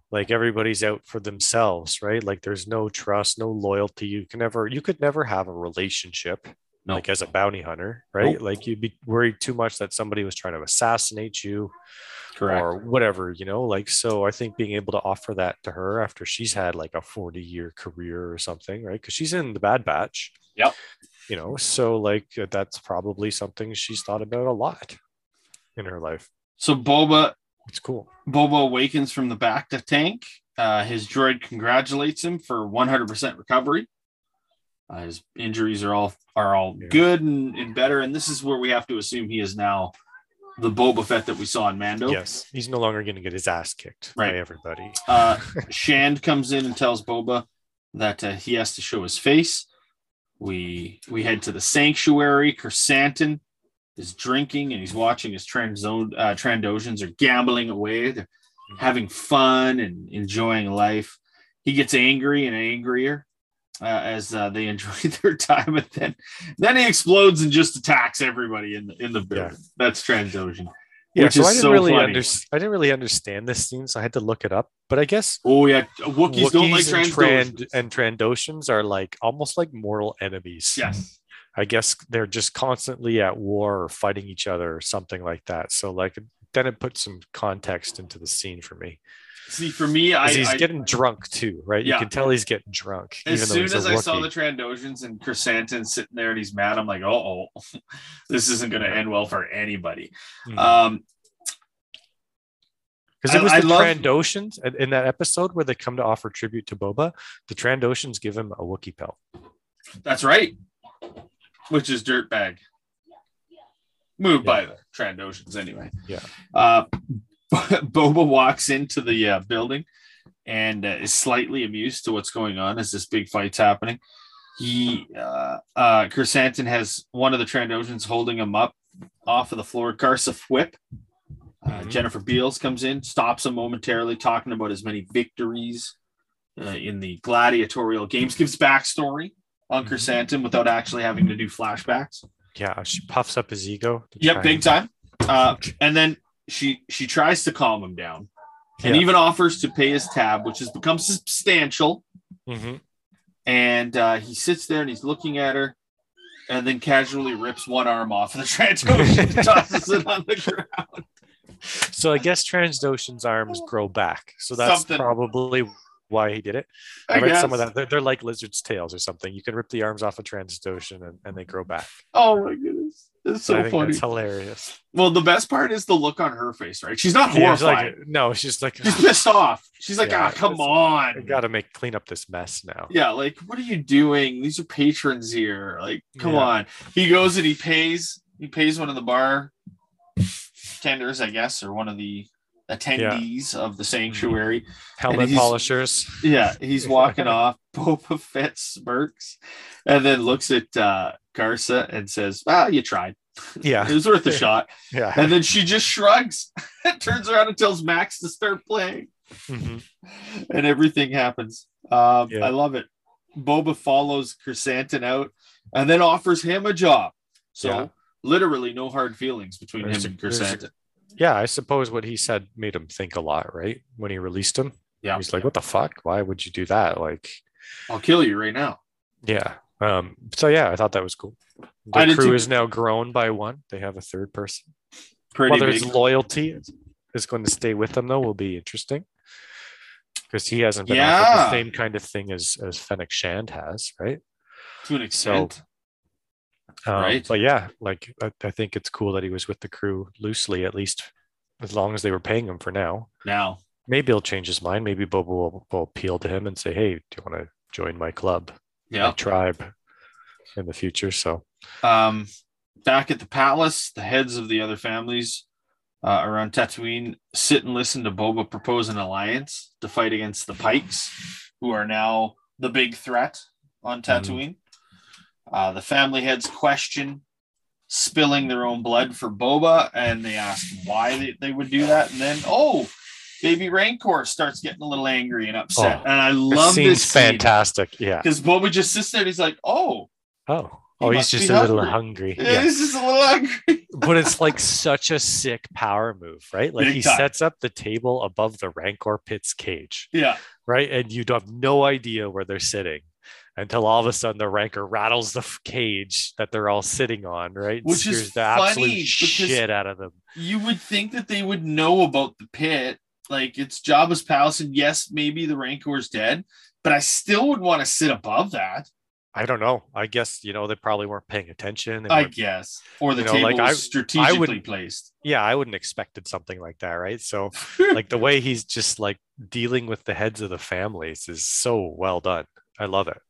S3: like everybody's out for themselves, right? Like there's no trust, no loyalty. You can never you could never have a relationship
S2: No.
S3: like as a bounty hunter, right?
S2: Nope.
S3: Like you'd be worried too much that somebody was trying to assassinate you
S2: correct."
S3: or whatever, you know, like so I think being able to offer that to her after she's had like a 40 year career or something, right? Because she's in the bad batch.
S2: Yep.
S3: You know, so like uh, that's probably something she's thought about a lot in her life.
S2: so Boba
S3: It's cool.
S2: Boba awakens from the back to tank. Uh, his droid congratulates him for 100% recovery. Uh, his injuries are all are all
S3: Yeah.
S2: good and, and better, and this is where we have to assume he is now the Boba Fett that we saw in Mando.
S3: Yes. He's no longer going to get his ass kicked
S2: Right.
S3: by everybody.
S2: Uh, Shand comes in and tells Boba that uh, he has to show his face. We we head to the sanctuary. Chrysantin is drinking and he's watching his transo- uh, Trandoshans are gambling away. They're having fun and enjoying life. He gets angry and angrier uh, as uh, they <laughs> enjoy their time. And then then he explodes and just attacks everybody in the in the building. That's Transosian.
S3: Yeah,
S2: Which
S3: so
S2: is
S3: I didn't
S2: so
S3: really
S2: funny.
S3: understand. I didn't really understand this scene, so I had to look it up. But I guess
S2: Oh yeah, Wookiees, don't like
S3: Wookiees and,
S2: Trandoshans.
S3: Trand- and Trandoshans are like almost like mortal enemies.
S2: yes.
S3: I guess they're just constantly at war or fighting each other or something like that. So like then it puts some context into the scene for me.
S2: See, for me, I,
S3: 'Cause he's
S2: I-
S3: getting drunk too, right?
S2: Yeah.
S3: You can tell he's getting drunk.
S2: as
S3: even though
S2: soon
S3: he's a
S2: as I saw
S3: rookie.
S2: the Trandoshans and Chrysantin sitting there and he's mad, I'm like, uh oh, <laughs> this isn't going to end well for anybody.
S3: Mhm.
S2: Um,
S3: Because it
S2: I-
S3: was
S2: I
S3: the
S2: love-
S3: Trandoshans in- in that episode where they come to offer tribute to Boba. The Trandoshans give him a Wookiee pelt.
S2: that's right, which is dirtbag. Moved by the Trandoshans, anyway. <laughs>
S3: Yeah.
S2: Uh, Boba walks into the uh, building and uh, is slightly amused to what's going on as this big fight's happening. He, uh, uh, Kersantin has one of the Trandoshan's holding him up off of the floor. Garza whip. Uh,
S3: Mhm.
S2: Jennifer Beals comes in, stops him momentarily, talking about his many victories uh, in the gladiatorial games, gives backstory on
S3: Mhm.
S2: Kersantin without actually having to do flashbacks.
S3: Yeah, she puffs up his ego. to
S2: Yep,
S3: try
S2: big
S3: and-
S2: time. Uh, and then she she tries to calm him down and
S3: Yeah.
S2: even offers to pay his tab, which has become substantial.
S3: Mhm.
S2: And uh, he sits there and he's looking at her, and then casually rips one arm off of the Trandoshan
S3: <laughs>
S2: and tosses it on the ground.
S3: So I guess Transdotion's arms grow back. So that's
S2: Something.
S3: probably why he did it. I,
S2: I
S3: read some of
S2: guess.
S3: that. They're, they're like lizards' tails or something. You can rip the arms off a Transdotion and, and they grow back.
S2: Oh my goodness, that's
S3: I
S2: so
S3: think
S2: funny.
S3: that's hilarious.
S2: Well, the best part is the look on her face, right? She's not
S3: Yeah, it's
S2: horrified.
S3: like, no, she's like,
S2: She's pissed off. She's like,
S3: Yeah,
S2: ah, come
S3: it's- <laughs> I
S2: on.
S3: gotta make clean up this mess now.
S2: yeah, like, what are you doing? These are patrons here. Like, come
S3: Yeah.
S2: on. He goes and he pays. He pays one of the bar tenders, I guess, or one of the attendees of the sanctuary.
S3: Helmet
S2: he's-
S3: polishers.
S2: Yeah, he's walking off. Boba Fett smirks and then looks at uh, Garza and says, "Ah, you tried. It <laughs>
S3: Yeah,
S2: was worth a shot."
S3: yeah.
S2: And then she just shrugs, <laughs> turns around and tells Max to start playing.
S3: Mhm.
S2: <laughs> and everything happens. Um,
S3: Yeah.
S2: I love it. Boba follows Chrysantin out and then offers him a job. So
S3: Yeah.
S2: literally no hard feelings between
S3: There's
S2: him
S3: a-
S2: and
S3: there's a-
S2: Chrysantin.
S3: Yeah, I suppose what he said made him think a lot, right? When he released him,
S2: Yeah.
S3: he's like, "What the fuck? Why would you do that?" Like,
S2: I'll kill you right now.
S3: yeah. Um. So yeah, I thought that was cool.
S2: I
S3: The
S2: did
S3: crew
S2: too.
S3: is now grown by one. They have a third person.
S2: Pretty
S3: Whether his
S2: big.
S3: loyalty is going to stay with them though will be interesting because he hasn't been offered
S2: Yeah.
S3: the same kind of thing as as Fennec Shand has, right?
S2: to an extent.
S3: Um,
S2: Right.
S3: But yeah, like I, I think it's cool that he was with the crew loosely, at least as long as they were paying him for now.
S2: Now,
S3: Maybe he'll change his mind. Maybe Boba will, will appeal to him and say, "Hey, do you want to join my club, my
S2: yeah.
S3: tribe, in the future?" So
S2: Um, back at the palace, the heads of the other families uh, around Tatooine sit and listen to Boba propose an alliance to fight against the Pikes, who are now the big threat
S3: Mhm.
S2: on Tatooine. Uh, the family heads question spilling their own blood for Boba, and they ask why they, they would do that. And then, oh, baby Rancor starts getting a little angry and upset.
S3: Oh,
S2: and I
S3: it
S2: love
S3: seems
S2: this
S3: fantastic. Yeah.
S2: because Boba just sits there and he's like, oh,
S3: Oh.
S2: He
S3: Oh, he's
S2: must be
S3: just a little hungry. Yeah.
S2: this is a little <laughs> angry.
S3: <laughs> but it's like such a sick power move, right? Like
S2: Big
S3: he
S2: time.
S3: sets up the table above the Rancor pit's cage,
S2: Yeah.
S3: right? And you have no idea where they're sitting until all of a sudden the Rancor rattles the f- cage that they're all sitting on, right? and
S2: Which is
S3: scares the
S2: funny
S3: absolute
S2: because-
S3: shit out of them.
S2: you would think that they would know about the pit. Like it's Jabba's palace, and yes, maybe the Rancor's dead, but I still would want to sit above that,
S3: I don't know. I guess you know they probably weren't paying attention. They
S2: I
S3: weren't-
S2: guess. Or the
S3: You know,
S2: table
S3: like,
S2: was
S3: I-
S2: strategically
S3: wouldn't-
S2: placed.
S3: yeah, I wouldn't expected something like that, right? So <laughs> like the way he's just like dealing with the heads of the families is so well done. I love it.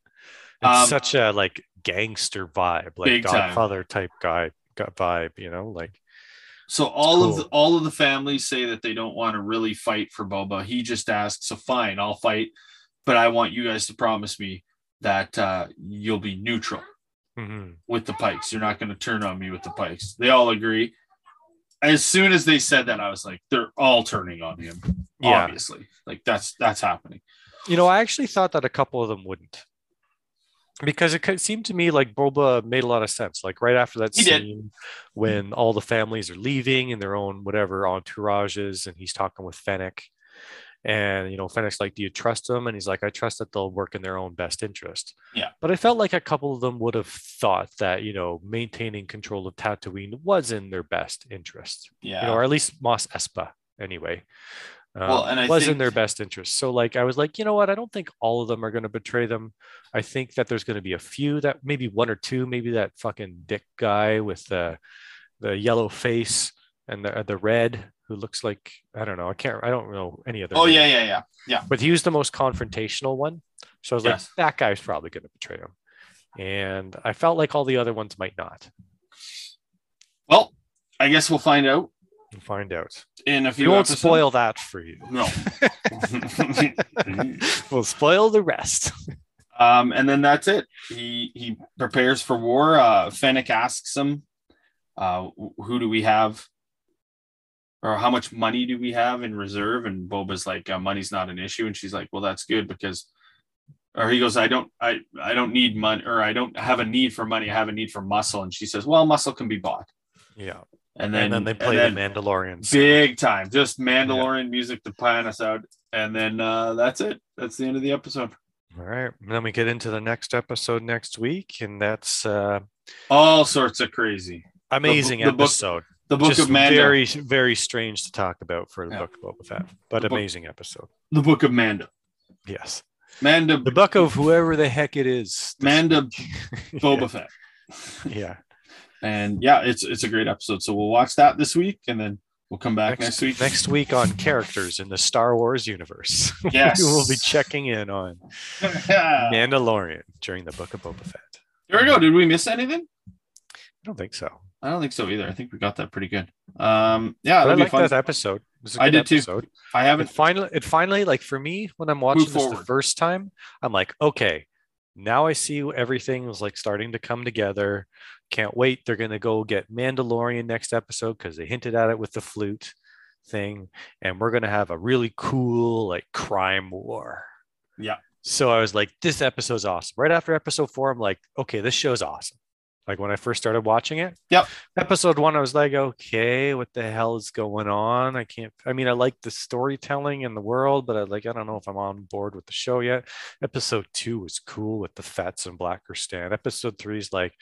S3: It's
S2: Um,
S3: such a like gangster vibe, like
S2: Big time.
S3: Godfather type guy got vibe, you know, like
S2: So all of
S3: cool.
S2: the, all of the families say that they don't want to really fight for Boba. He just asks, "So fine, I'll fight, but I want you guys to promise me that uh, you'll be neutral."
S3: mhm.
S2: with the pikes. You're not going to turn on me with the pikes. They all agree. As soon as they said that, I was like, they're all turning on him.
S3: Yeah.
S2: Obviously, like that's that's happening.
S3: you know, I actually thought that a couple of them wouldn't. Because it could- seemed to me like Boba made a lot of sense. Like right after that
S2: He did.
S3: scene, when all the families are leaving in their own whatever entourages, and he's talking with Fennec, and you know Fennec's like, "Do you trust them?" And he's like, "I trust that they'll work in their own best interest."
S2: Yeah.
S3: But I felt like a couple of them would have thought that you know maintaining control of Tatooine was in their best interest,
S2: Yeah.
S3: you know, or at least Mos Espa anyway. Um,
S2: Well, and I
S3: was in
S2: think-
S3: their best interest. So, like, I was like, you know what? I don't think all of them are going to betray them. I think that there's going to be a few that maybe one or two, maybe that fucking dick guy with the the yellow face and the the red who looks like I don't know. I can't. I don't know any other.
S2: oh
S3: name.
S2: yeah, yeah, yeah.
S3: But he was the most confrontational one. So I was
S2: Yes.
S3: like, that guy's probably going to betray him. And I felt like all the other ones might not.
S2: Well, I guess we'll find out
S3: and find out.
S2: in a few.
S3: We won't
S2: episodes.
S3: spoil that for you.
S2: No.
S3: <laughs> we'll spoil the rest.
S2: <laughs> um, and then that's it. He he prepares for war. Uh, Fennec asks him, uh, "Who do we have?" Or how much money do we have in reserve? And Boba's like, uh, "Money's not an issue." And she's like, "Well, that's good because," or he goes, "I don't, I, I don't need money, or I don't have a need for money. I have a need for muscle." And she says, "Well, muscle can be bought."
S3: Yeah.
S2: And then
S3: And then, they play
S2: and then
S3: the Mandalorians.
S2: big time, just Mandalorian music to plan us out. And then uh, that's it. That's the end of the episode.
S3: All right. And then we get into the next episode next week, and that's uh
S2: all sorts of crazy.
S3: amazing
S2: the book-
S3: episode.
S2: The Book
S3: Just
S2: of Mando.
S3: very very strange to talk about for the
S2: Yeah.
S3: book of Boba Fett, but
S2: The book-
S3: amazing episode.
S2: The Book of Mando.
S3: Yes.
S2: Mando.
S3: The book of whoever the heck it
S2: <laughs>
S3: is. this <laughs>
S2: Manda
S3: week.
S2: Boba
S3: yeah.
S2: Fett.
S3: <laughs> Yeah.
S2: And yeah, it's it's a great episode. So we'll watch that this week, and then we'll come back next, week.
S3: Next week on characters in the Star Wars universe. <laughs>
S2: Yes.
S3: we will
S2: <laughs>
S3: be checking in on
S2: Yeah.
S3: Mandalorian during the book of Boba Fett. I
S2: There we go. Did we miss anything?
S3: don't think so.
S2: I don't think so either. I think we got that pretty good. Um, yeah,
S3: But I
S2: that'll be
S3: like
S2: fun.
S3: that episode. It was a
S2: I
S3: good
S2: did too.
S3: episode.
S2: I
S3: It
S2: haven't.
S3: finally, it finally, like for me, when I'm watching this the
S2: forward.
S3: first time, I'm like, okay, now I see everything was like starting to come together. Can't wait. They're gonna go get Mandalorian next episode because they hinted at it with the flute thing, and we're gonna have a really cool like crime war.
S2: Yeah.
S3: So I was like, this episode's awesome. Right after episode four, I'm like, okay, this show's awesome. Like when I first started watching it,
S2: Yep.
S3: Episode one, I was like, okay, what the hell is going on? I can't. I mean, I like the storytelling and the world, but I like, I don't know if I'm on board with the show yet. Episode two was cool with the Fets and Blackerstan. Episode three is like,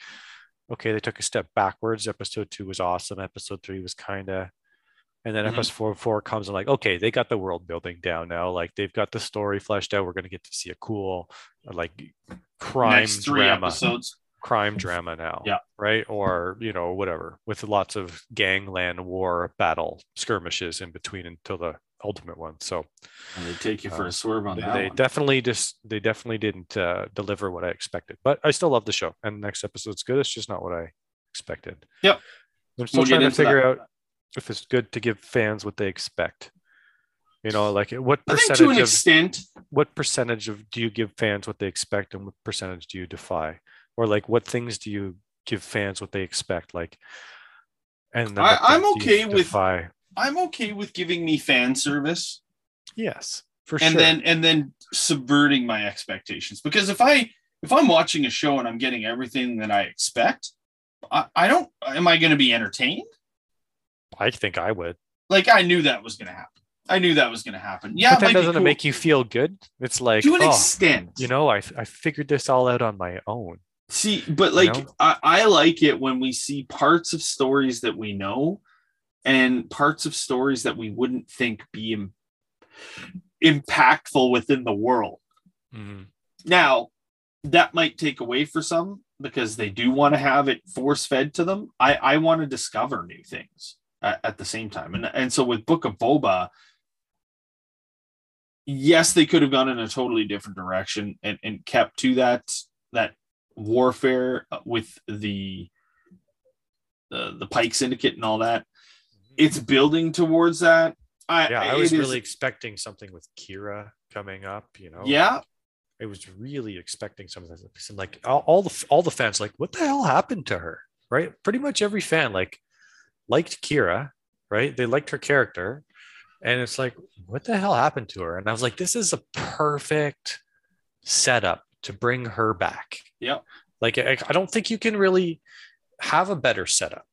S3: okay, they took a step backwards. Episode two was awesome. Episode three was kind of, and then
S2: Mhm.
S3: episode four, four comes and like, okay, they got the world building down now. Like they've got the story fleshed out. We're gonna get to see a cool, like, crime
S2: Next three
S3: drama
S2: episodes.
S3: crime drama now.
S2: Yeah.
S3: Right. Or, you know, whatever, with lots of gangland war battle skirmishes in between until the ultimate one. So
S2: And they take you for
S3: Uh,
S2: a swerve on
S3: they,
S2: that.
S3: they
S2: one.
S3: definitely just, they definitely didn't uh, deliver what I expected, but I still love the show. And the next episode's good. It's just not what I expected.
S2: Yep.
S3: I'm still
S2: We'll get
S3: trying to
S2: into that.
S3: figure out if it's good to give fans what they expect. You know, like what
S2: I think to
S3: percentage
S2: an
S3: of
S2: extent,
S3: what percentage of do you give fans what they expect and what percentage do you defy or like what things do you give fans what they expect like and then
S2: I-
S3: what
S2: I'm
S3: things do you
S2: okay with-
S3: defy?
S2: I'm okay with giving me fan service.
S3: yes for
S2: and
S3: sure
S2: then and then subverting my expectations because if i if i'm watching a show and i'm getting everything that i expect i, I don't am i going to be entertained
S3: i think i would
S2: like i knew that was going to happen i knew that was going to happen yeah
S3: but that
S2: might be
S3: doesn't it
S2: cool.
S3: make you feel good it's like
S2: to an
S3: oh
S2: extent
S3: you know I, I figured this all out on my own
S2: see but like
S3: know?
S2: I, I like it when we see parts of stories that we know and parts of stories that we wouldn't think be im- impactful within the world
S3: Mm-hmm.
S2: Now, that might take away for some because they do want to have it force fed to them. I, I want to discover new things at, at the same time. And, and so with Book of Boba, yes, they could have gone in a totally different direction and, and kept to that that warfare with the the, the Pike Syndicate and all that. It's building towards that. I,
S3: yeah i was
S2: it is-
S3: really expecting something with kira coming up you know
S2: yeah.
S3: i was really expecting something like this. And, like all, all the all the fans like what the hell happened to her right pretty much every fan like liked kira right they liked her character and it's like what the hell happened to her and i was like this is a perfect setup to bring her back
S2: Yep.
S3: like i, I don't think you can really have a better setup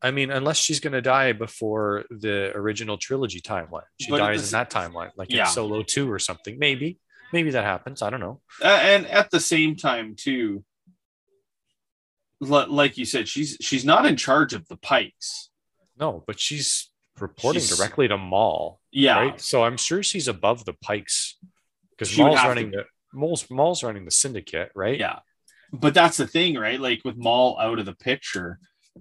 S3: i mean unless she's going to die before the original trilogy timeline she
S2: But at
S3: dies
S2: the
S3: in
S2: s-
S3: that timeline like
S2: Yeah.
S3: in solo 2 or something maybe maybe that happens. I don't know.
S2: Uh, and at the same time too li- like you said she's she's not in charge of the pikes
S3: No, but she's reporting
S2: She's-
S3: directly to Maul,
S2: yeah
S3: right? So I'm sure she's above the Pikes because
S2: She would
S3: Maul's
S2: have
S3: running the Maul's, Maul's running the syndicate, right?
S2: yeah but that's the thing right like with maul out of the picture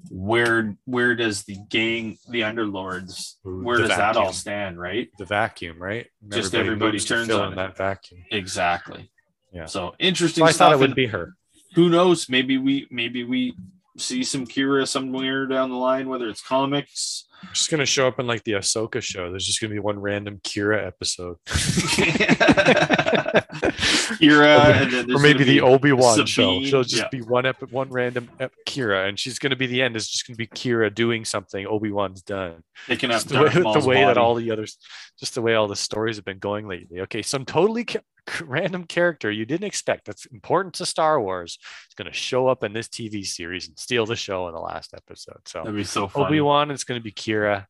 S2: where where does the gang the underlords
S3: Ooh,
S2: where
S3: the
S2: does that all
S3: vacuum.
S2: stand right
S3: The vacuum, right?
S2: Just everybody
S3: moves to
S2: turns
S3: fill
S2: on
S3: in
S2: it.
S3: that vacuum.
S2: exactly
S3: Yeah.
S2: so interesting
S3: So I
S2: stuff
S3: thought it would
S2: and
S3: be her.
S2: who
S3: <laughs>
S2: knows maybe we maybe we see some kira somewhere down the line whether it's comics <laughs>
S3: Just gonna show up in like the Ahsoka show. There's just gonna be one random Kira episode,
S4: Kira, and then
S3: or
S4: there's
S3: maybe
S4: gonna
S3: the
S4: be-
S3: Obi Wan show.
S4: Sabine,
S3: She'll just
S4: yeah.
S3: be one ep- one random ep- Kira, and she's gonna be the end. Is just gonna be Kira doing something. Obi Wan's done.
S2: Picking up
S3: Just the way,
S2: Darth Maul's
S3: the way that
S2: body.
S3: all the others, just the way all the stories have been going lately. Okay, some totally ca- random character you didn't expect that's important to Star Wars is gonna show up in this TV series and steal the show in the last episode. So
S2: That'd be so funny.
S3: Obi Wan, it's going to be Kira.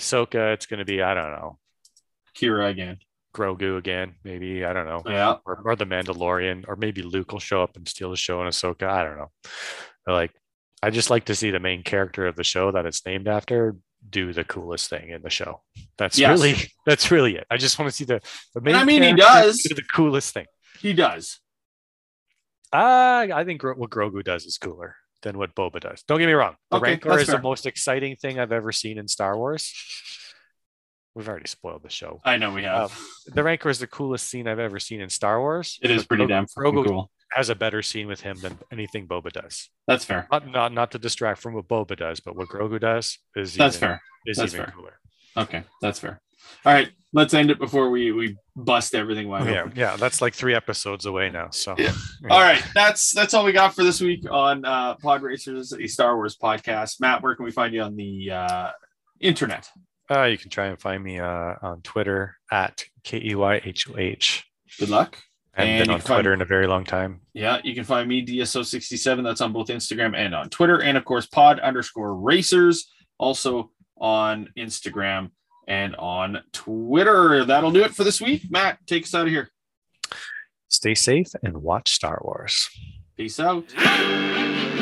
S3: Ahsoka, it's going to be I don't know
S2: Kira again.
S3: Grogu again, maybe I don't know,
S2: Yeah.
S3: or, or the Mandalorian, or maybe Luke will show up and steal the show in Ahsoka. I don't know. But, like, I just like to see the main character of the show that it's named after do the coolest thing in the show. That's
S2: Yes.
S3: really <laughs> that's really it. I just want to see the, the main.
S2: I mean, he
S3: character
S2: does.
S3: do the coolest thing.
S2: He does.
S3: I I think Gro- what Grogu does is cooler than what Boba does. Don't get me wrong. The
S4: Okay,
S3: Rancor
S4: that's
S3: is
S4: fair.
S3: the most exciting thing I've ever seen in Star Wars. We've already spoiled the show.
S2: I know we have.
S3: The Rancor is the coolest scene I've ever seen in Star Wars.
S2: it is pretty
S3: Grogu-
S2: damn fucking
S3: Grogu-
S2: cool.
S3: Has a better scene with him than anything Boba does.
S2: That's fair.
S3: Not not not to distract from what Boba does, but what Grogu does is
S2: That's
S3: even,
S2: fair.
S3: is
S2: That's
S3: even
S2: fair.
S3: cooler.
S2: Okay, that's fair. All right, let's end it before we we bust everything wide
S3: yeah,
S2: open.
S3: yeah, that's like three episodes away now. So
S2: Yeah. All right, that's that's all we got for this week on uh, Pod Racers, a Star Wars podcast. Matt, where can we find you on the uh, internet?
S3: Uh, you can try and find me uh, on Twitter at K E Y H O H.
S2: Good luck.
S3: I haven't
S2: And
S3: been
S2: you
S3: on
S2: can find-
S3: Twitter in a very long time.
S2: Yeah, you can find me DSO67. That's on both Instagram and on Twitter, and of course Pod underscore Racers, also on Instagram and on Twitter. That'll do it for this week. Matt, take us out of here.
S3: Stay safe and watch Star Wars.
S2: Peace out.
S1: Hey!